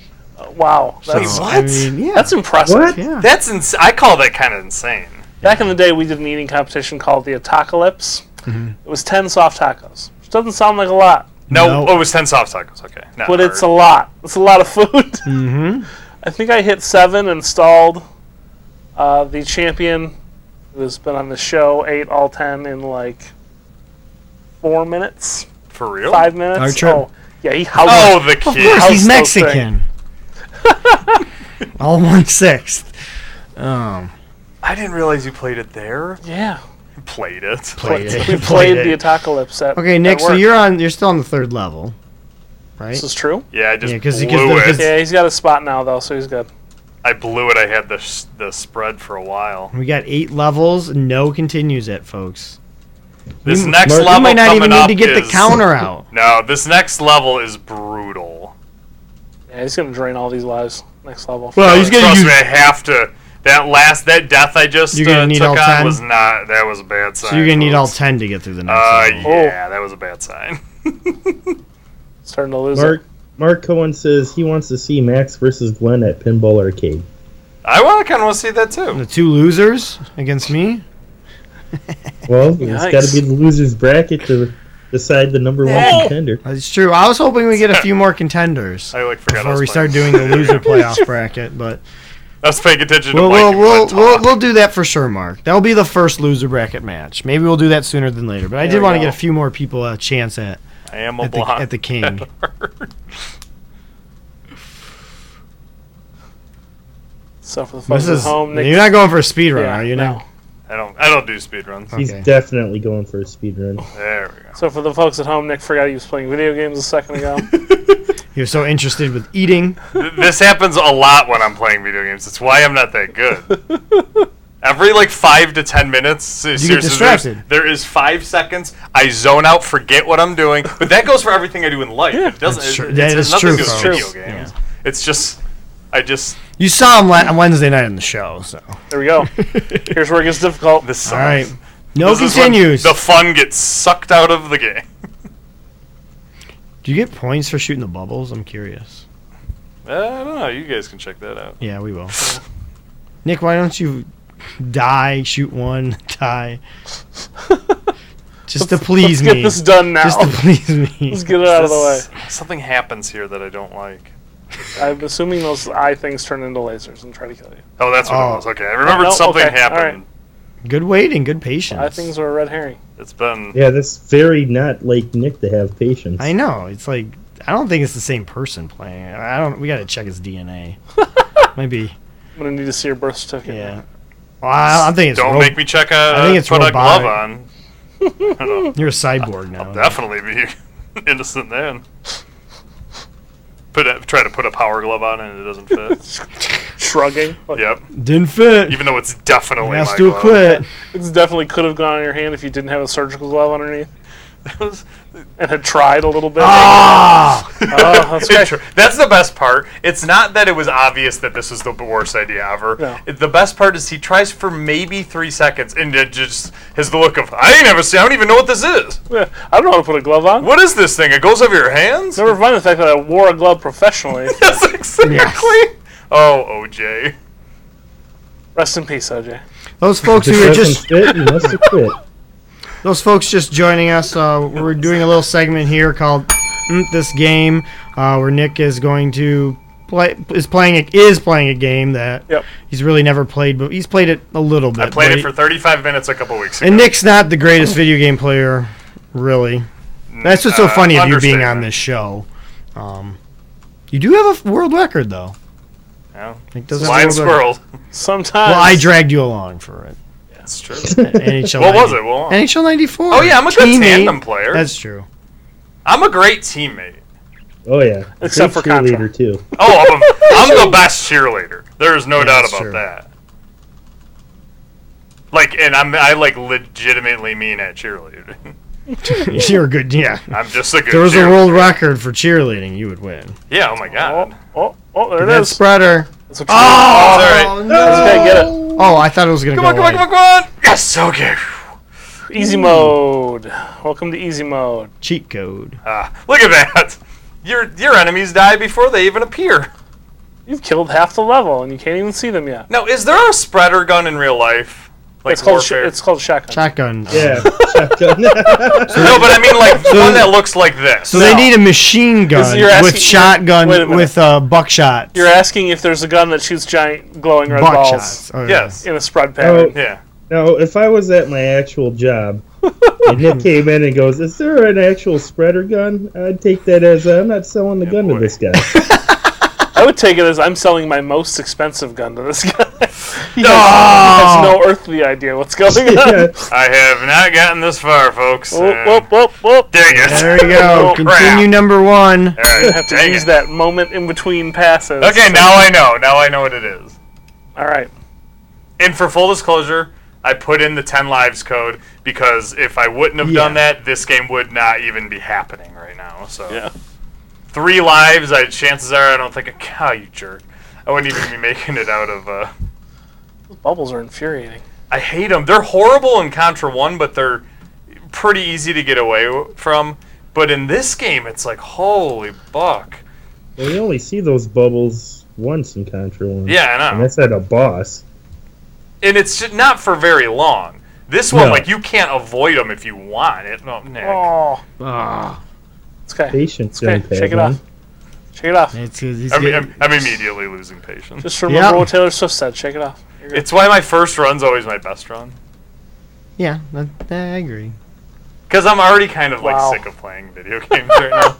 Wow, So, that's I mean, yeah, that's impressive. What? yeah. That's ins- I call that kind of insane. Back in the day, we did an eating competition called the Apocalypse. It was ten soft tacos, which doesn't sound like a lot, No, No. oh, it was ten soft tacos. Okay, Not but it's a hard. lot. It's a lot of food. *laughs* Mm-hmm. I think I hit seven and stalled. Uh, the champion, who's been on the show, ate all ten in like four minutes, for real. five minutes. Archer. Oh, yeah, he howled. Oh, the Of kid. course, house he's still Mexican. *laughs* All one sixth. *laughs* Um, *laughs* I didn't realize you played it there. Yeah, You played it. played it. we played the Apocalypse. At, Okay, at Nick. So work. you're on. You're still on the third level, right? This is true. Yeah, I just Yeah, 'cause he blew gives them- it. gives- Yeah, he's got a spot now though, so he's good. I blew it. I had the s the spread for a while. We got eight levels. No continues it, folks. This we, next we level might not coming even need up to get is- the *laughs* counter out. No, this next level is brutal. Yeah, he's gonna drain all these lives next level. Well, Oh, he's Trust gonna me, use. I have to. That last that death I just You're gonna uh, need took all on 10? was not. That was a bad sign. So you're gonna need all folks. ten Oh. to get through the next Uh, level. yeah, that was a bad sign. *laughs* starting to lose Mark, Mark Cohen says he wants to see Max versus Glenn at Pinball Arcade. I want to kind of want to see that too. The two losers against me. Well, Yikes. it's got to be the loser's bracket to decide the number one No. contender. That's true. I was hoping we get a few more contenders *laughs* I like forgot. I before was we start doing playing. the *laughs* loser playoff bracket, but I was paying attention we'll to Mike. we'll and we'll, Glenn we'll talk. we'll do that for sure, Mark. That'll be the first loser bracket match. Maybe we'll do that sooner than later. But I There did we want to go. get a few more people a chance at I am a at the, blonde. at the *laughs* king. stuff for the folks This at is home. Nick, you're not going for a speed run, Yeah, are you? no. Now I don't. I don't *laughs* do speedruns. He's Okay. definitely going for a speedrun. There we go. so for the folks at home, Nick forgot he was playing video games a *laughs* second ago. he was so interested with eating. Th- this happens a lot when I'm playing video games. It's why I'm not that good. *laughs* Every like five to ten minutes, se- get seriously, there's- distracted. there is five seconds. I zone out, forget what I'm doing. But that goes for everything I do in life. it doesn't. that's it- true. it's- That it has is nothing true, to do with folks. video games. It's just, I just You saw him la- on Wednesday night on the show, so there we go. Here's where it gets difficult. this. Sucks. all right. No This is when continues. The fun gets sucked out of the game. Do you get points for shooting the bubbles? I'm curious. I don't know. You guys can check that out. Yeah, we will. Nick, why don't you die, shoot one, *laughs* die? Just to please Let's get me. this done now. Just to please me. *laughs* Let's get it out of the way. This- *laughs* Something happens here that I don't like. I'm assuming those eye things turn into lasers and try to kill you. Oh, that's what Oh. it was. Okay, I remembered no, something okay, all right. happened. Good waiting, good patience. Eye things are a red herring. It's been Yeah, that's very not like Nick to have patience. I know. It's like I don't think it's the same person playing. I don't. We got to check his *laughs* DNA. Maybe. I'm gonna need to see your birth certificate. Yeah. Well, I, I'm thinking it's Don't ro- make me check a. I think it's put a glove robotic. on. I don't- you're a cyborg now. I'll definitely be *laughs* innocent then. Put a, try to put a power glove on and it doesn't *laughs* fit. Shrugging. Like, yep, Didn't fit. even though it's definitely Has my to glove. quit. This definitely could have gone on your hand if you didn't have a surgical glove underneath was- and had tried a little bit. Ah. Oh, that's *laughs* great. It tr- that's the best part. It's not that it was obvious that this was the worst idea ever. No. It- The best part is he tries for maybe three seconds and it just has the look of I ain't never seen. I don't even know what this is. Yeah, I don't know how to put a glove on. What is this thing? It goes over your hands. Never mind the fact that I wore a *laughs* glove professionally. *laughs* Yes, exactly. Oh, OJ. Rest in peace, OJ. Those folks who If are it just *laughs* doesn't fit, you must have quit. those folks just joining us, uh, we're doing a little segment here called "Mm, "This Game," uh, where Nick is going to play is playing a, is playing a game that Yep. he's really never played, but he's played it a little bit. I played but it for 35 minutes a couple weeks ago. And Nick's not the greatest video game player, really. That's what's so uh, funny of you being understatement. on this show. Um, you do have a f- world record, though. Yeah. It does have a Blind little bit- squirrel. Sometimes. Well, I dragged you along for it. That's true. NHL What was 90 it? Well, NHL 94. Oh, yeah, I'm a good Teammate. tandem player. That's *laughs* true. I'm a great teammate. Oh yeah, *laughs* Except Great for Contra. cheerleader too. Oh, I'm, a, I'm the best cheerleader. There is no doubt that's about true. that. Like, and I'm I like legitimately mean at cheerleading. *laughs* You're a good. Yeah. I'm just a good. There was a cheerleader. world record for cheerleading. You would win. Yeah. Oh my god. Oh, oh, oh, there it That is. spreader. It's a oh! All right. Okay, get it. Oh, I thought it was gonna Come go. on, come on, away. come on, come on! Yes, okay. Easy mode. Welcome to easy mode. Cheat code. Ah, look at that. *laughs* Your your enemies die before they even appear. You've killed half the level and you can't even see them yet. Now, is there a spreader gun in real life? Like It's called, sh- warfare? it's called shotgun. Shotgun. Yeah, shotgun. no, but I mean *laughs* like one that looks like this. So they need a machine gun you're with E asking- shotgun wait a minute. with uh, buckshot. You're asking if there's a gun that shoots giant glowing red balls buckshots. Oh, yeah. Yes. in a spread Oh. pattern. Yeah. now, if I was at my actual job and *laughs* Nick came in and goes, "Is there an actual spreader gun?" I'd take that as I'm not selling the gun boy. to *laughs* this guy. I would take it as I'm selling my most expensive gun to this *laughs* guy. he has, Oh. has no earthly idea what's *laughs* going on. yeah, I have not gotten this far, folks. Uh, Whoop, and- whoop, whoop, whoop. *laughs* Dang it. There you go. *laughs* Oh, crap. Continue number one. All right, have to dang use it. that moment in between passes. Okay, now I know. Now I know what it is. All right. And for full disclosure, I put in the 10 lives code because if I wouldn't have done that, this game would not even be happening right now. So Yeah. three lives, I, chances are I don't think. *laughs* God, you jerk! I wouldn't even be *laughs* making it out of. Uh, Bubbles are infuriating. I hate them. They're horrible in Contra One, but they're pretty easy to get away w- from. But in this game, it's like holy buck. well, you only see those bubbles once in Contra One. Yeah, I know. and that's at a boss. and it's ju- not for very long. This one, No. like, you can't avoid them if you want it. No, Nick. Oh, Ah, it's okay. Patience. It's okay. Shake it off. Shake it off. it's, it's, I'm, I'm, I'm immediately losing patience. Just remember Yeah. what Taylor Swift said. Shake it off. It's why my first run's always my best run. yeah, that- that- I agree. Because I'm already kind of, like, Wow. sick of playing video *laughs* games right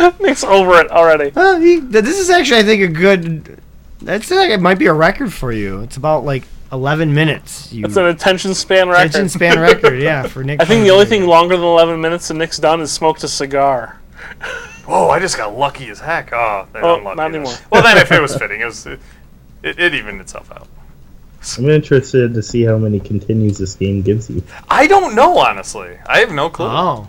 now. Nick's over it already. Uh, he- th- this is actually, I think, a good. That's like it might be a record for you. It's about like 11 minutes. You It's an attention span record. attention span record, yeah. For Nick, I think the only thing longer than 11 minutes that Nick's done is smoked a cigar. Whoa, I just got lucky as heck. Oh, then Oh, I'm lucky not then. anymore. *laughs* Well, then if it was fitting, it was... It, it, it evened itself out. I'm interested to see how many continues this game gives you. I don't know, honestly. I have no clue. Oh,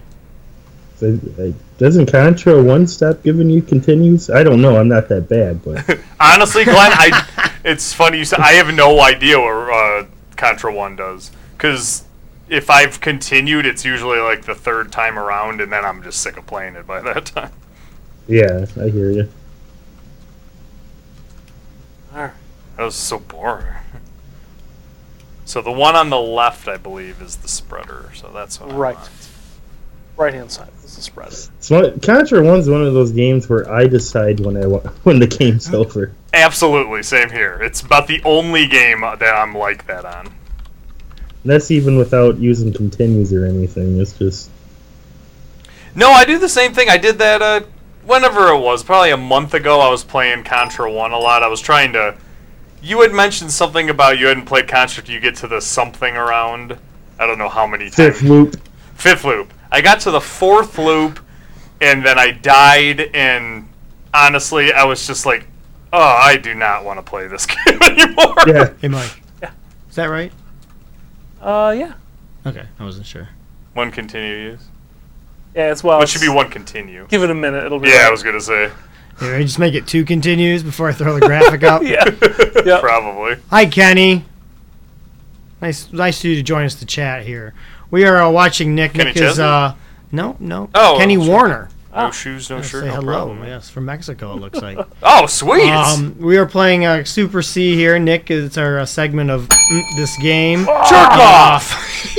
So, like, Doesn't Contra One stop giving you continues? I don't know. I'm not that bad, *laughs* but Honestly, Glenn, I it's funny you say I have no idea what uh, Contra One does because if I've continued, it's usually like the third time around, and then I'm just sick of playing it by *laughs* that time. yeah, I hear you. That was so boring. So the one on the left, I believe, is the spreader. So that's what I Right. want. Right hand side. This is spread. So Contra One's one of those games where I decide when I wa- *laughs* when the game's Oh. over. Absolutely, same here. It's about the only game that I'm like that on. And that's even without using continues or anything. It's just No, I do the same thing. I did that uh, whenever it was, probably a month ago. I was playing Contra One a lot. I was trying to. You had mentioned something about you hadn't played Contra. till You get to the something around. I don't know how many *laughs* times. fifth loop. Fifth loop. I got to the fourth loop, and then I died. And honestly, I was just like, "Oh, I do not want to play this *laughs* game anymore." Yeah, hey Mike. Is that right? Uh, yeah. Okay, I wasn't sure. One continue use. Yeah, it's well. It should be it's- one continue. Give it a minute. It'll be. Yeah, right. I was gonna say. Here, I just make it two continues before I throw the graphic *laughs* up. *laughs* Yeah. Yep. Probably. Hi, Kenny. Nice, nice of you to join us to chat here. We are uh, watching Nick. Kenny Nick is Chesney? uh, no, no. Oh, Kenny sure. Warner. No shoes, no shirt, Say no hello. problem. Yes, from Mexico, it *laughs* looks like. Oh, sweet. um, we are playing uh, Super C here. Nick, it's our uh, segment of mm, this game. Jerk off! *laughs*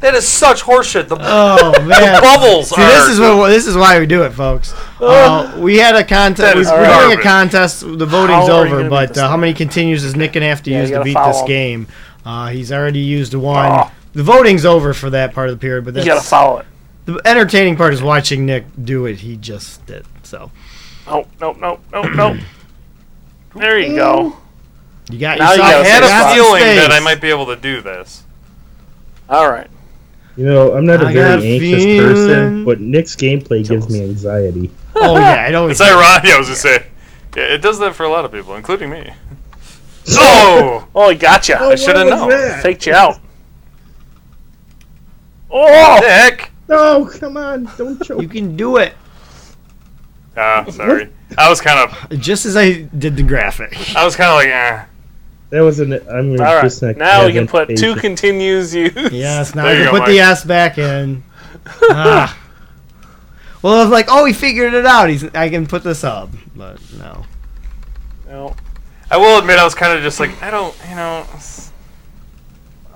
that is such horseshit. The *laughs* Oh *laughs* man, bubbles See, are. this is what this is why we do it, folks. Oh. Uh, we had a contest. That We're is doing a garbage. contest. The voting's How are you over, gonna beat but this uh, how many continues is Nick gonna have to you use to gotta beat follow this him. game? Uh, he's already used one. Oh. The voting's over for that part of the period, but You that's, gotta follow it. the entertaining part is watching Nick do it. He just did so. *clears throat* Nope, nope, nope, nope, nope. There you go. You got Now you yourself. I gotta had say a that. feeling that I might be able to do this. All right. You know, I'm not a I got very a anxious feeling. person, but Nick's gameplay gives me anxiety. Oh yeah, *laughs* I know. It's ironic. I was just saying, yeah, it does that for a lot of people, including me. *laughs* Oh, Oh, I gotcha. I should have known. Faked you out. Oh! Dick. No, come on, *laughs* don't choke. You can do it. Ah, sorry. I was kind of, Just as I did the graphic. I was kind of like, eh. That was an. I'm All just right. not. Now we can having put two patience. continues used. *laughs* Yes, now There I you can go, put the Mike. S back *laughs* in. ah. Well, I was like, oh, he figured it out. He's, I can put this up, but no. *laughs* No. I will admit, I was kind of just like, I don't, you know, it's-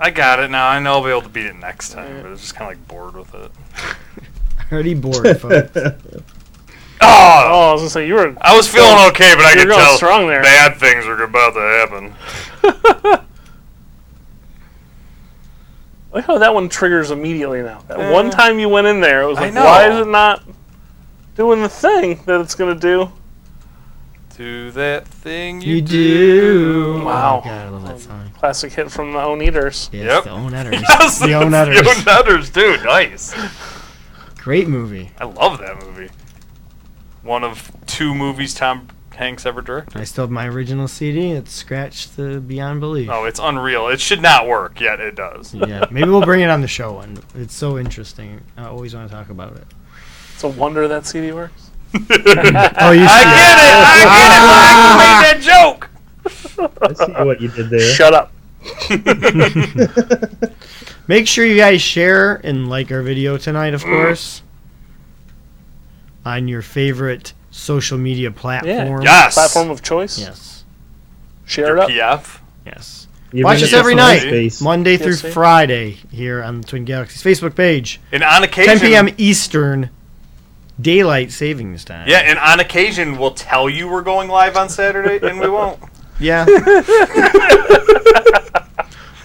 I got it now. I know I'll be able to beat it next time, but I was just kind of like bored with it. Already *laughs* bored, folks. Oh, Oh, I was gonna say you were. I was feeling okay, but I You're could going tell strong there. bad things were about to happen. Look how that one triggers immediately now. That one time you went in there, it was I like, know. why is it not doing the thing that it's gonna do? Do that thing you, you do. Wow. Oh, God, I love that song. Classic hit from the Own Eaters. Yes, Yep. the *laughs* Own Utters. *laughs* Yes, The Own that's Utters. The Own Utters, dude. Nice. Great movie. I love that movie. One of two movies Tom Hanks ever directed. I still have my original CD. It's scratched the Beyond Belief. Oh, it's unreal. It should not work, yet it *laughs* does. Yeah, maybe we'll bring it on the show one. It's so interesting. I always want to talk about *laughs* it. It's a wonder that CD works. Oh, you I should- get it. I get it. Mike. You made that joke. *laughs* I see what you did there. Shut up. Make sure you guys share and like our video tonight, Mm. of course, on your favorite social media platform. Yes. Platform of choice. Yes. Share Your it up. PF. Yes. Even Watch if us it's every on night, MySpace. Monday through sir. Friday, here on the Twin Galaxies Facebook page, And on occasion, 10 p.m. Eastern, daylight savings time. Yeah, and on occasion we'll tell you we're going live on Saturday, and we *laughs* won't. Yeah.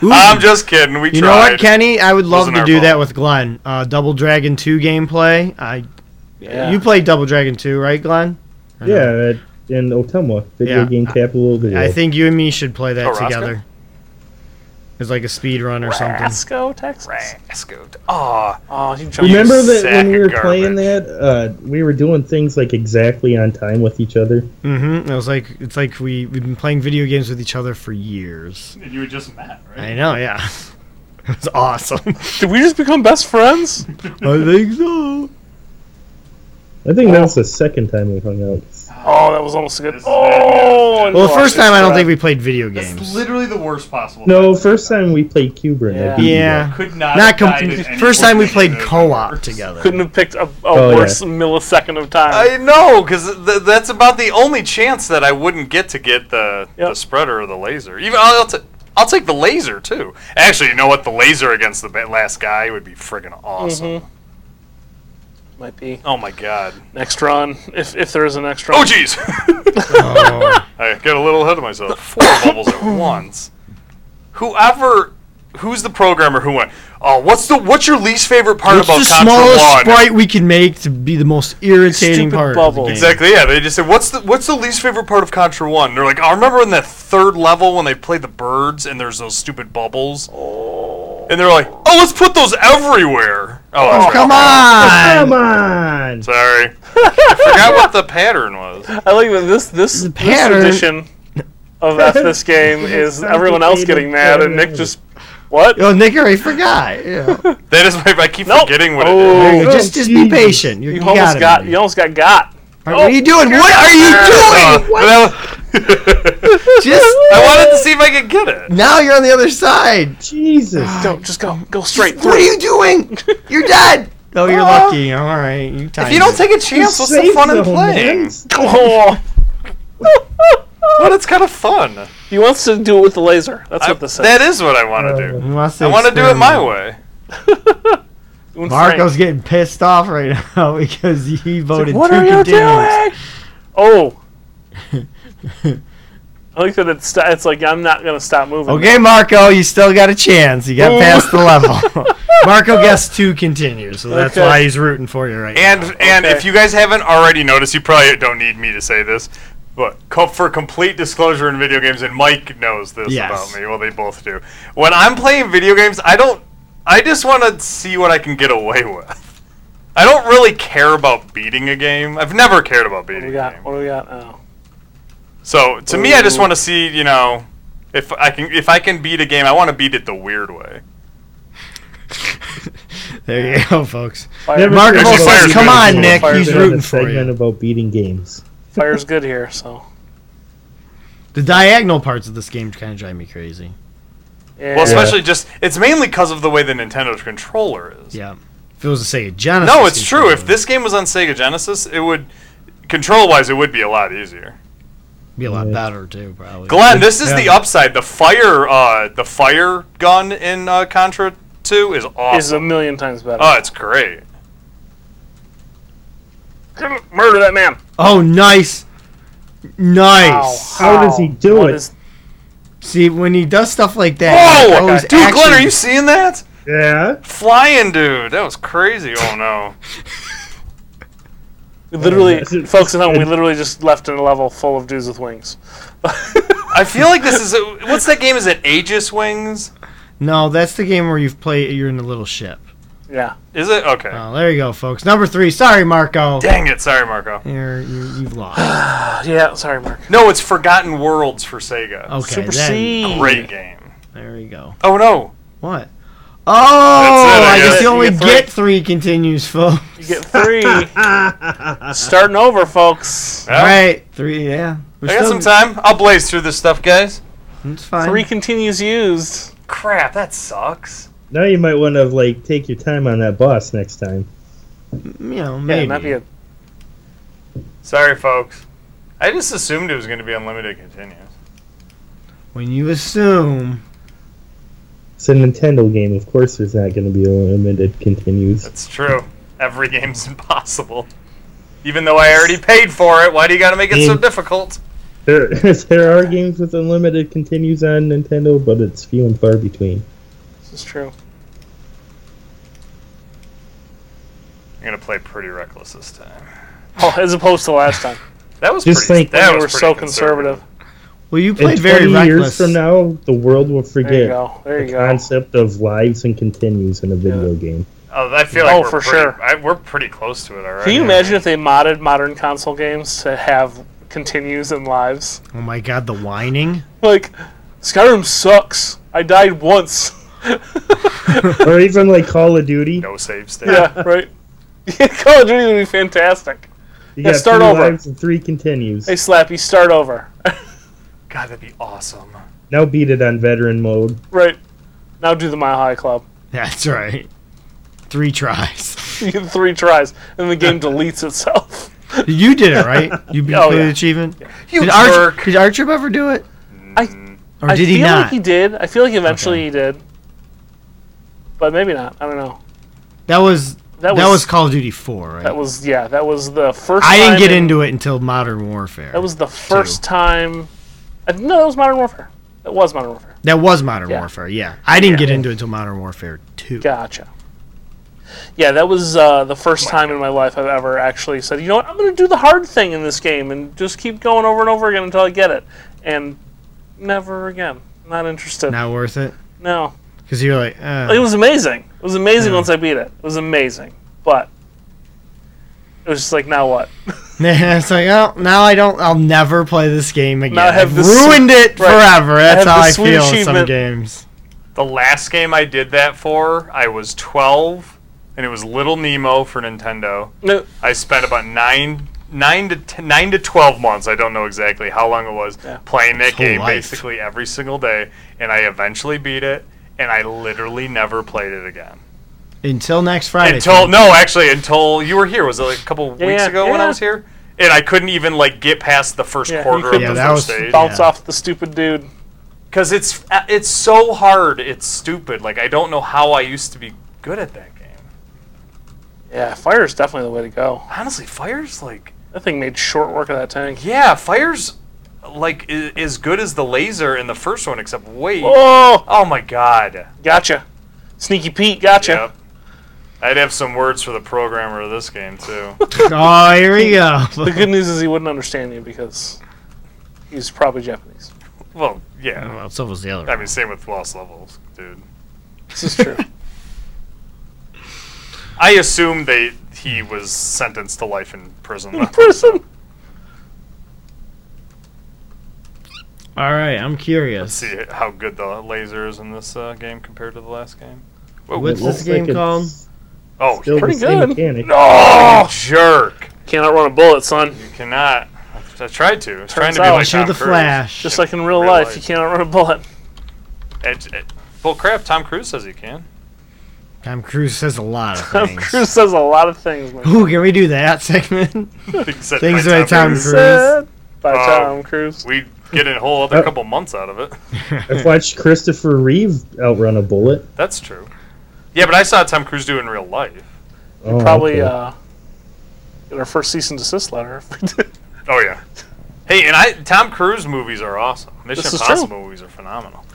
I'm just kidding. We You know tried. what, Kenny? I would love Wasn't to our do fault. that with Glenn. Uh, Double Dragon 2 gameplay. I Yeah. You played Double Dragon 2, right, Glenn? Or no? Yeah, at- in Ottumwa, video Yeah. game capital. Video. I think you and me should play that Oh, Roscoe? together. It's like a speed run or something. Pasco, Texas. Rasco. Aw, Oh, you jumped. Remember You that sack when we of were playing garbage. that, uh, we were doing things like exactly on time with each other. Mm-hmm. It was like it's like we we've been playing video games with each other for years. you were just mad, right? I know, *laughs* yeah. It was awesome. Did we just become best friends? I think so. I think that was the second time we hung out. Oh, that was almost a good. Oh, Well, the first time I don't think we played video games. literally the worst possible. No, first time we played Cuber. and I Yeah. beat you Yeah. Could not. Not com- first time we played co-op together. couldn't have picked a, a Oh, yeah. worse millisecond of time. I know, because th- that's about the only chance that I wouldn't get to get the, the Yep. spreader or the laser. Even I'll, I'll, t- I'll take the laser too. Actually, you know what? The laser against the ba- last guy would be friggin' awesome. Might be Oh my god. next run, if if there is a next run. Oh jeez. *laughs* Oh. I got a little ahead of myself. Four bubbles at once. Whoever, who's the programmer who went? Oh, what's the what's your least favorite part What's about the Contra smallest One? sprite we can make to be the most irritating Stupid part? Of the bubble. game? Exactly. Yeah, they just said, "What's the what's the least favorite part of Contra One?" They're like, "I remember in that third level when they play the birds and there's those stupid bubbles." And they're like, "Oh, let's put those everywhere." Oh, that's right. Come on. Come on! Sorry, *laughs* I forgot what the pattern was. I like that this this, this pattern. edition *laughs* of F this game is everyone else getting mad and Nick just what? Oh, Nick already forgot. *laughs* Yeah. That is my. I keep Nope. forgetting what it Oh, Hey, just, just be patient. You're, you, you gotta almost got be. you almost got got. All right, what are you doing? What are *laughs* you is. *laughs* doing? What? Uh, Just *laughs* I wanted to see if I could get it. now you're on the other side. Jesus! Go, just go, go straight What are through. you doing? You're dead. *laughs* Oh, you're lucky. All right, you timed If you don't it. take a chance, what's the Safe fun in zone, playing? man. Oh, Well, it's kind of fun. he wants to do it with the laser. That's I- what this says. that is what I want to do. He wants I want to do it my experiment. way. Doing Marco's getting pissed off right *laughs* now because he Frank. voted What two are you continues. doing? *laughs* Oh. I like that it's, it's like I'm not gonna stop moving. Okay, Marco, you still got a chance. You got past the level. Marco guessed two continues, so that's Okay. why he's rooting for you right now. And and Okay. if you guys haven't already noticed, you probably don't need me to say this. But co- for complete disclosure in video games, and Mike knows this Yes. about me. Well, they both do. When I'm playing video games, I don't. I just want to see what I can get away *laughs* with. I don't really care about beating a game. I've never cared about What do beating we a got? game. What do we got? Oh. So to me, I just Ooh. want to see you know if I can if I can beat a game, I want to beat it the weird way. There you go, folks. Fire- Never Mark seen Marcus, a Wilson, Fire's come good. on, Nick. Fire's He's good. rooting for segment you. about beating games. Fire's good here, so. The diagonal parts of this game kind of drive me crazy. Yeah. Well, especially just it's mainly because of the way the Nintendo's controller is. Yeah. If it was a Sega Genesis. No, it's true. If controller, this game was on Sega Genesis, it would control wise it would be a lot easier. it'd be a lot better too, probably. Glenn, this is the Yeah. upside. The fire, uh, the fire gun in uh, Contra Two is is a awesome. million times better. oh, it's great. Murder that man. Oh, nice. Nice. How does he do What it? is- See, when he does stuff like Oh, that, Whoa, he goes Oh, dude, Glenn, are you seeing that? Yeah. Flying, dude, that was crazy. Oh no. we literally, Yes, it's- folks at home, we literally just left in a level full of dudes with wings. I feel like this is what's that game? Is it Aegis Wings? No, that's the game where you play. You're in a little ship. Yeah. Is it okay? Oh, there you go, folks. Number three. Sorry, Marco. Dang it! Sorry, Marco. You're, you, you've *gasps* lost. Yeah, sorry, Mark. No, it's Forgotten Worlds for Sega. Okay, Super then. C. Great game. There we go. Oh no. What? Oh, That's it, I I guess guess. you only You get get three, three. continues, folks. You get three. Starting over, folks. All right, three. Yeah, We're I got still- some time. I'll blaze through this stuff, guys. It's fine. Three continues used. Crap, that sucks. Now you might want to like take your time on that boss next time. You know, Yeah, maybe. not be a Sorry, folks. I just assumed it was going to be unlimited continues. when you assume, It's a Nintendo game. Of course, there's not going to be a limited continues. That's true. Every game's *laughs* impossible. Even though I already paid for it, why do you got to make it so Mm. difficult? There, *laughs* there are games with unlimited continues on Nintendo, but it's few and far between. This is true. I'm going to play pretty reckless this time. Oh, as opposed to last time. That was Just pretty. think- that we was were pretty so conservative. well, you In played 20 very years reckless. from now, the world will forget There you go. There the you go. concept of lives and continues in *laughs* a video game. Oh, I feel Oh, like for we're pretty, sure. I, we're pretty close to it already. Can you imagine if they modded modern console games to have continues and lives? Oh my God, the whining. *laughs* Like, Skyrim sucks. I died once. *laughs* or even like Call of Duty. No Oh, save state. yeah, right. *laughs* Call of Duty would be fantastic. You Yeah, got start three over. lives and three continues. Hey, Slappy, start over. God, that'd be awesome. Now beat it on veteran mode. right. Now do the Mile High Club. *laughs* That's right. Three tries. You get three tries, and *laughs* the game deletes itself. you did it *laughs* right. You beat Oh, the yeah. achievement. You Did Arch, did Archer ever do it, I- or I did he feel not? like he did. I feel like eventually he did. But maybe not. I don't know. That was That that was was, Call of Duty Four, right? that was yeah. That was the first. I didn't time get in- into it until Modern Warfare. That was the first time. I, no, that was Modern Warfare. That was Modern Warfare. That was Modern Yeah. Warfare. Yeah, I didn't get into it until Modern Warfare Two. Gotcha. Yeah, that was uh, the first time in my life I've ever actually said, you know what, I'm going to do the hard thing in this game and just keep going over and over again until I get it. And never again. Not interested. Not worth it No. because you're like, uh, It was amazing. It was amazing Hmm. once I beat it. It was amazing. But it was just like, now what? *laughs* it's like, oh, now I don't. I'll never play this game again. Now I have I've this ruined sweet- it right. forever. That's have how this I sweet feel in some achievement. games. The last game I did that for, I was 12, and it was Little Nemo for Nintendo. No, I spent about nine, nine to t- nine to twelve months. I don't know exactly how long it was playing that whole game life. basically every single day, and I eventually beat it. And I literally never played it again Until next Friday. until no, actually, until you were here. Was it like a couple Yeah, weeks yeah, ago when I yeah. was here? And I couldn't even like get past the first Yeah, you quarter of couldn't the Yeah, that first was- stage bounce Yeah. off the stupid dude. because it's uh, it's so hard. It's stupid. Like I don't know how I used to be good at that game. Yeah, fire is definitely the way to go. Honestly, Fire's like That thing made short work of that tank. yeah, Fire's like i- as good as the laser in the first one, except way Oh, Oh my god. gotcha. Sneaky Pete, gotcha. Yep. I'd have some words for the programmer of this game too. *laughs* oh, here we go. *laughs* The good news is he wouldn't understand you because He's probably Japanese. Well, yeah. Well, so was the other. I mean, same with lost levels, dude. This is *laughs* true. *laughs* I assume they he was sentenced to life in prison. In prison. All right, I'm Let's curious. see how good the laser is in this uh, game compared to the last game. Whoa, What's whoa. this game called? Oh, Still Pretty the same good. *laughs* mechanic. oh, jerk! Cannot run a bullet, son. You cannot. I- I tried to. I was trying to be out- like Show Tom the Cruise. flash. Just like in real, Real life, life. you cannot run a bullet. It, it, uh, well, crap. Tom Cruise says you can. *laughs* Tom Cruise says a lot of Tom things. Cruise says a lot of things. man. Ooh, can we do that *laughs* segment? Things that Things my about Tom Cruise. Said by Oh. Tom Cruise. We get a whole Oh. other Uh, couple months out of it. I've watched Christopher Reeve outrun a bullet. That's true. Yeah, but I saw Tom Cruise do it in real life. Oh, Probably okay. uh, get our first cease and desist letter. if we did. Oh yeah. Hey, and I Tom Cruise movies are awesome. Mission This is Impossible true. movies are phenomenal.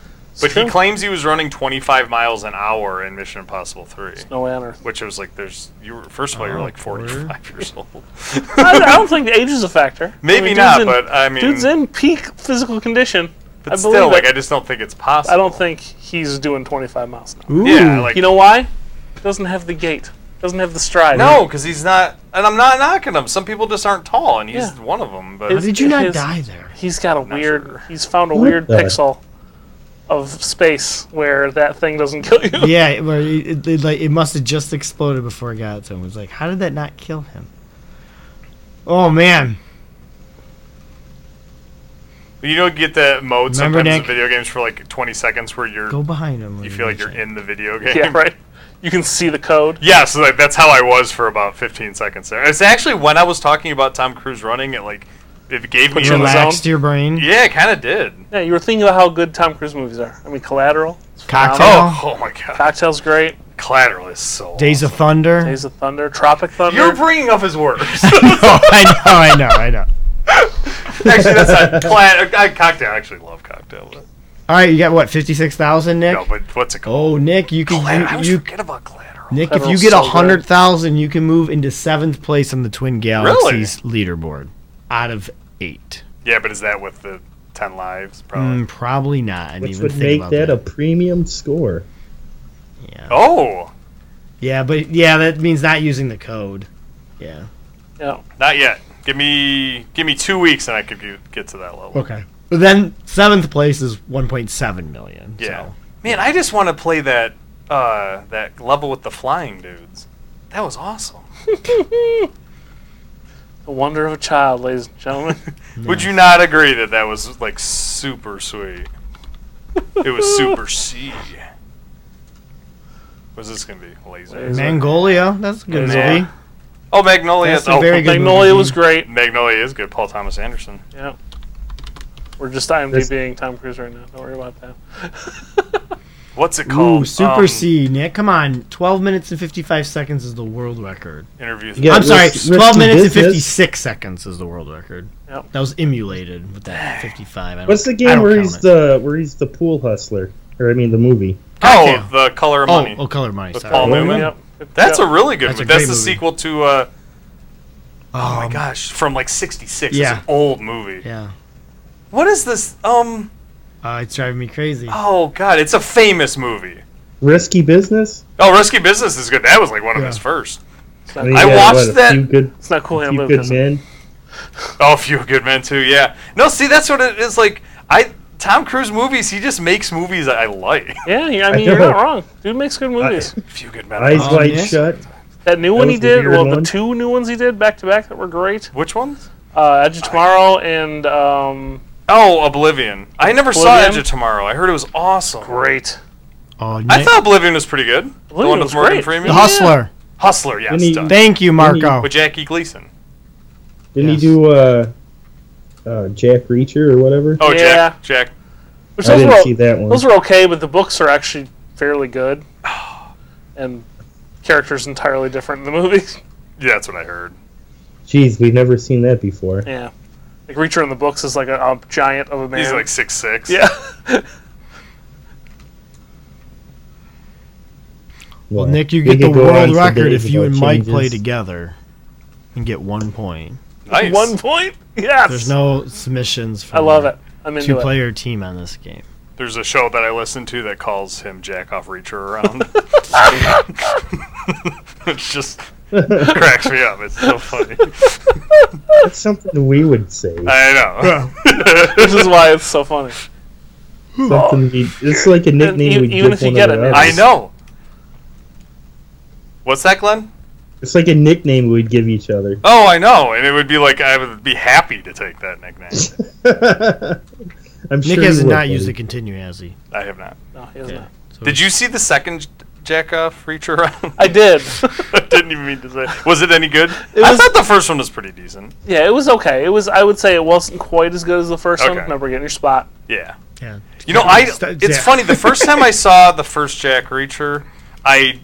But true. he claims he was running 25 miles an hour in Mission Impossible 3, no way on earth. which was like there's you were first of all you're Oh, like 45 years *laughs* old. *laughs* I, I don't think the age is a factor. I Maybe mean, dude's not, in- but I mean, dude's in peak physical condition. but I believe still, like it. I just don't think it's possible. I don't think he's doing 25 miles an hour. Ooh. Yeah, like You know why? Doesn't have the gait. Doesn't have the stride. no, because he's not, and I'm not knocking him. Some people just aren't tall, and he's Yeah. one of them. But Is he- Did you not His- die there? He's got a weird. sure. He's found a What weird the- pixel of space where that thing doesn't kill *laughs* you. Yeah, where it, it, it, like it must have just exploded before it got to him. It was like, how did that not kill him? Oh man, you don't get that mode Remember, sometimes in Nick? video games for like 20 seconds where you're go behind him. you feel like you're in the video game. Yeah, right. You can see the code. Yeah, so like that's how I was for about 15 seconds there. It's actually when I was talking about Tom Cruise running, it like it gave me you in the zone. relaxed your brain. Yeah, it kind of did. Yeah, you were thinking about how good Tom Cruise movies are. I mean, Collateral, it's Cocktail. phenomenal. Oh, oh my god, Cocktail's great. collateral is so. Days of awesome. Thunder. Days of Thunder, Tropic Thunder. You're bringing up his works. *laughs* oh, I know, I know, I know. *laughs* actually, that's not cla- I, cocktail. I actually love cocktail. But, All right, you got what fifty six thousand, Nick? no, but what's it called? Oh, Nick, you can Collateral. I always you, you forget about collateral. Nick, if you Federal's get so a good. hundred thousand, you can move into seventh place on the Twin Galaxies leaderboard out of eight. Yeah, but is that with the 10 lives? Probably. Mm, probably not. I didn't Which even would think make about that that. a premium score. Oh, Yeah, but yeah, that means not using the code. Yeah. yeah. not yet. Give me give me two weeks and I could get- get to that level. Okay. But then seventh place is one point seven million. Yeah. So. Man, I just want to play that uh, that level with the flying dudes. That was awesome. The wonder of a child, ladies and *laughs* gentlemen. Would you not agree that that was like super sweet? it *laughs* was super C. What's this gonna be? Laser. Laser. Mongolia. That's a good Yeah. movie. Oh, Magnolia. That's a oh, very good Magnolia movie. was great. Magnolia is good. Paul Thomas Anderson. Yeah. We're just IMDBing Tom Cruise right now. Don't worry about that. What's it called? Ooh, Super Um, C, Nick. Come on. 12 minutes and 55 seconds is the world record. Interview. You got I'm sorry. risky 12 minutes and business. 56 seconds is the world record. Yep. That was emulated with that 55. I don't- What's the I game don't where count he's it. the where he's the pool hustler? Or I mean the movie. oh, the color of money. Oh, oh, color money. With Sorry. Paul Really? Newman. Yep. That's Yep. a really good. That's a movie. That's great the movie. sequel to. Uh, oh my Um, gosh, from like '66. yeah. It's an old movie. Yeah. What is this? Um. Uh, it's driving me crazy. Oh God, it's a famous movie. Risky business? Oh, Risky Business is good. That was like one of Yeah. his first. I, mean, I you got, watched a that- Few good, It's not cool. a Hand few good Lucas. men. Oh, Few Good Men too. Yeah. No, see, that's what it is. Like I, Tom Cruise movies. He just makes movies that I like. *laughs* Yeah, yeah, I I mean, you're know. not wrong. Dude makes good *laughs* movies. Few Good Men. Eyes Um, wide yes. shut. that new one was he the did, weird well, the one. two new ones he did back to back that were great Which ones? uh, Edge of Tomorrow and um, Oh, Oblivion. I never saw Oblivion? Edge of Tomorrow. I heard it was awesome. Great. Oh, Nick. I thought Oblivion was pretty good. the Oblivion one with was Morgan great. Freeman. the Hustler. Hustler. Yes. Didn't he- done. Thank you, Marco. With Jackie Gleason. Didn't Yes. he do uh, uh, Jack Reacher or whatever? Oh, Yeah. Jack. Jack. Which I those didn't were, see that one. those were okay, but the books are actually fairly good. *sighs* And characters entirely different in the *laughs* movies. Yeah, that's what I heard. Jeez, we've never seen that before. Yeah. Like Reacher in the books is like a, a giant of a man. He's like six six. yeah. Well, Wow. Nick, you We get the could go on world for record days if you about and Mike play changes. together and get one point. *laughs* Nice. One point. Yes. There's no submissions. For I love it. I'm into it. two-player team on this game. There's a show that I listen to that calls him Jack Off *laughs* Reacher around. it's just cracks me up. It's so funny. *laughs* That's something we would say. I know. Which is why it's so funny. Something we, it's like a nickname even- we even give if you one get another. it, I know. What's that, Glenn? It's like a nickname we'd give each other. *laughs* Oh, I know. And it would be like I would be happy to take that nickname. I'm Nick sure has you would, not used the buddy. continue, has he? I have not. No, he doesn't. So Did you see the second Jack Off Reacher around? I did. *laughs* *laughs* I didn't even mean to say. Was it any good? It I was- thought the first one was pretty decent. Yeah, it was okay. It was. I would say it wasn't quite as good as the first Okay. one. Never get in your spot. Yeah. Yeah. You know, I St- it's Jack. funny. The first *laughs* time I saw the first Jack Reacher, I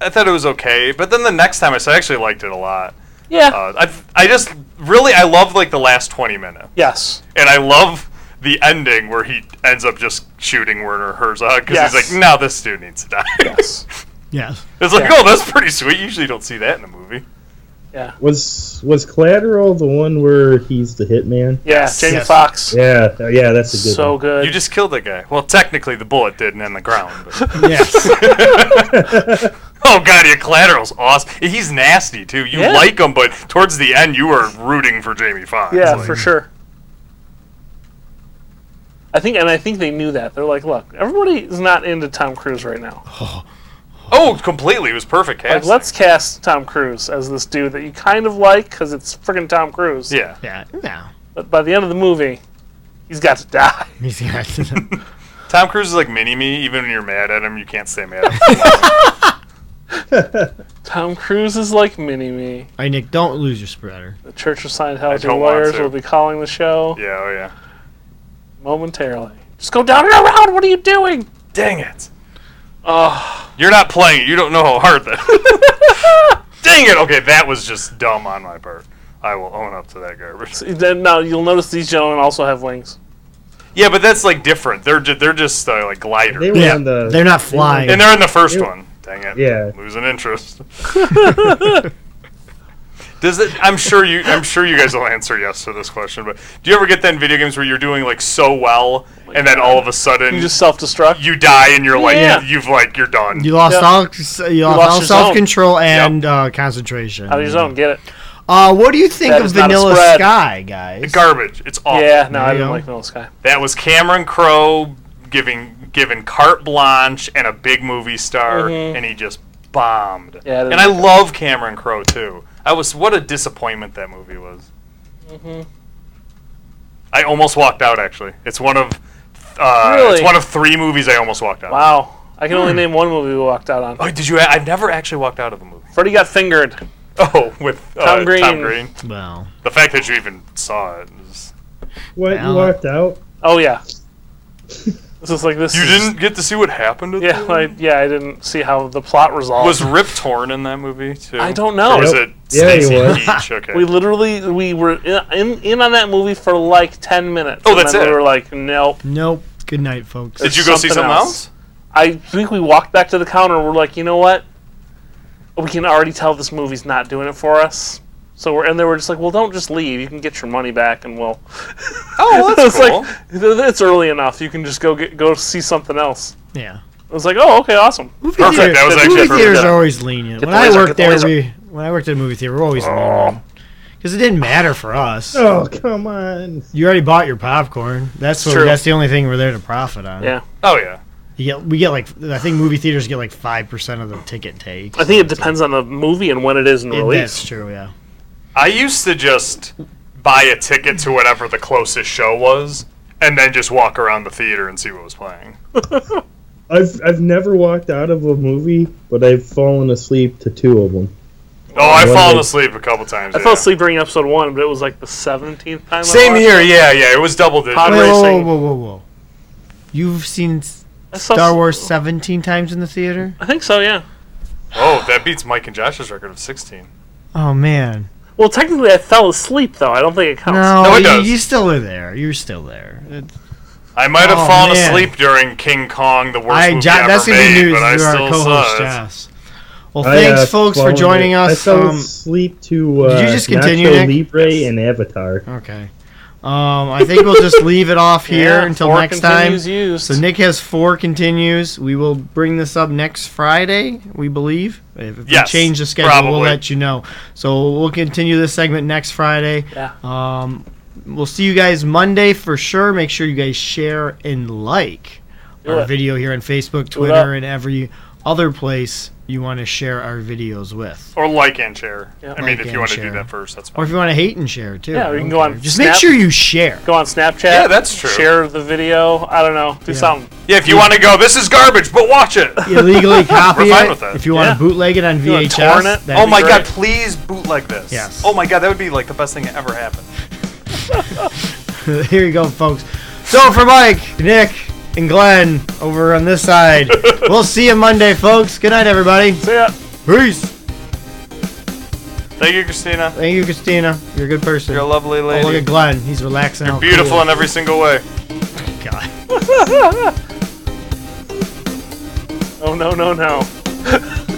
I thought it was okay, but then the next time I saw, I actually liked it a lot. Yeah. Uh, I I just really I love like the last twenty minutes, yes. and I love the ending where he ends up just shooting Werner Herzog because Yes. he's like, now this dude needs to die. Yes. Yeah. *laughs* it's like, Yeah. oh, that's pretty sweet. You usually don't see that in a movie. Was was Collateral the one where he's the hitman? Yeah. Jamie Yes. Fox. Yeah, uh, yeah, that's a good So one. good. You just killed the guy. Well, technically, the bullet didn't end the ground. But. *laughs* Yes. Oh god, your collateral's awesome. He's nasty too. You Yeah. like him, but towards the end, you were rooting for Jamie Foxx. yeah, Like, for sure. I think, and I think they knew that. They're like, look, everybody is not into Tom Cruise right now. Oh, completely. It was perfect Like, casting. let's cast Tom Cruise as this dude that you kind of like because it's freaking Tom Cruise. yeah. yeah. No. But by the end of the movie, he's got to die. He's got *laughs* to- Tom Cruise is like mini me. Even when you're mad at him, you can't stay mad at *laughs* him. Tom Cruise is like mini me. All right, Nick, don't lose your spreader. The Church of I Scientology don't want lawyers to. will be calling the show yeah, oh yeah. momentarily. Just go down and around. What are you doing? Dang it. Oh, You're not playing. You don't know how hard that. *laughs* Dang it. Okay, that was just dumb on my part. I will own up to that garbage. then now you'll notice these gentlemen also have wings. Yeah, but that's like different. They're ju- they're just uh, like gliders. They were Yeah, on the. They're not flying. And they're in the first Yeah. one. Dang it. Yeah. Losing interest. *laughs* Does it I'm sure you I'm sure you guys will answer yes to this question, but do you ever get that in video games where you're doing like so well and then all of a sudden You you, just self destruct. die and you're like Yeah. you've like you're done. you lost Yeah. all you, lost lost all your self control and Yep. uh, concentration. Out of your zone. Get it? Uh, what do you think That of is not a Vanilla spread. Sky, guys? Garbage. It's awful. Yeah. No, There I you didn't go. like Vanilla Sky. That was Cameron Crowe giving given carte blanche and a big movie star, and he just bombed. Mm-hmm. Yeah, I didn't and I like that. love Cameron Crowe too. I was what a disappointment that movie was. Mm-hmm. I almost walked out. Actually, it's one of uh, Really? it's one of three movies I almost walked out. Wow. I can Hmm. only name one movie we walked out on. Oh, did you? I've never actually walked out of a movie. *laughs* Freddie got fingered. Oh, with uh, Tom Green. Well, The fact that you even saw it, is, What you Alan. walked out? Oh *laughs* yeah. This is like this. you is- didn't get to see what happened. At Yeah. the- Like, yeah. I didn't see how the plot resolved. was Rip Torn in that movie too? I don't know. Or was Yep. it Yeah, he Stacy was. Keach? *laughs* Okay. We literally we were in, in in on that movie for like ten minutes. Oh, and that's then it. We were like, nope. nope. Good night, folks. Did you There's go see something something else. else? I think we walked back to the counter. We're like, you know what? We can already tell this movie's not doing it for us. So we're and they were just like, well, don't just leave. You can get your money back, and we'll. Oh, *laughs* it's like it's early enough. You can just go get go see something else. yeah. I was like, oh, okay, awesome. Movie Perfect, theater- that was actually movie perfect. theaters Yeah. are always lenient. Get When the I laser, worked get the there, laser. we when I worked at a movie theater, we we're always Oh. lenient because it didn't matter for us. Oh, come on. You already bought your popcorn. That's what, True. that's the only thing we're there to profit on. Yeah, Oh yeah. You get, we get like I think movie theaters get like five percent of the ticket take. I think it depends on the movie and when it is in It- release. that's true. Yeah. I used to just buy a ticket to whatever the closest show was, and then just walk around the theater and see what was playing. I've I've never walked out of a movie, but I've fallen asleep to two of them. Oh, I've One fallen day. asleep a couple times. I yeah. fell asleep during episode one, but it was like the seventeenth time. I Same watched here. it. Yeah, yeah. It was double digits. Pod- Wait, Racing. whoa, whoa, whoa, whoa, whoa! You've seen S- I saw Star s- Wars seventeen times in the theater. I think so. Yeah. Oh, that beats Mike and Josh's record of sixteen. Oh man! Well, technically, I fell asleep though. I don't think it counts. No, No, it you, does. you still are there. You're still there. It- I might have Oh, fallen man. asleep during King Kong, the worst I movie Jo- ever that's gonna made, be news but I to our still saw co-host it. Josh. Well, I, thanks, uh, folks, for swallowed joining it. I us. fell Um, asleep to uh, did you just continue, Nacho Nick? Libre and Avatar. Okay. Um, I think we'll just leave it *laughs* off here Yeah, until four next time. continues used. So Nick has four continues. We will bring this up next Friday, we believe. If, if Yes, we change the schedule, we'll probably. let you know. So we'll continue this segment next Friday. Yeah. Um, we'll see you guys Monday for sure. Make sure you guys share and like Do our it. video here on Facebook, it up. Twitter, and every other place you want to share our videos with. Or like and share. Yeah. I mean, Like if and you want to share. do that first, that's Or if fine. you want to hate and share too. Yeah, or you I can don't go on care. Just make Snap. sure you share. Go on Snapchat. Yeah, that's true. Share the video. I don't know. Do Yeah. something. Yeah, if you want to go, this is garbage, but watch it. *laughs* Illegally copy We're fine it with that. if you want Yeah. to bootleg it on You wanna VHS. torrent it? that'd Oh be my great. god, please bootleg this. Yes. Oh my god, that would be like the best thing that ever happened. *laughs* Here you go, folks. So for Mike, Nick, and Glenn over on this *laughs* side, we'll see you Monday, folks. Good night, everybody. See ya. Peace. Thank you, Christina. Thank you, Christina. You're a good person. You're a lovely oh, look at lady. Glenn. He's relaxing. You're all beautiful cool. in every single way. *laughs* God. Oh no no no. *laughs*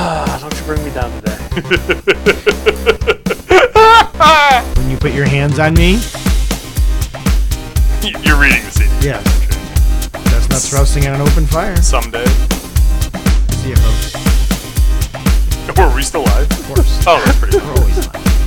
Ah, don't you bring me down today. When you put your hands on me, Y- You're reading the CD yeah. Chestnuts roasting on an open fire. someday. *laughs* See you, folks. Were we still live? Of course. Oh, that's pretty cool. We're always live.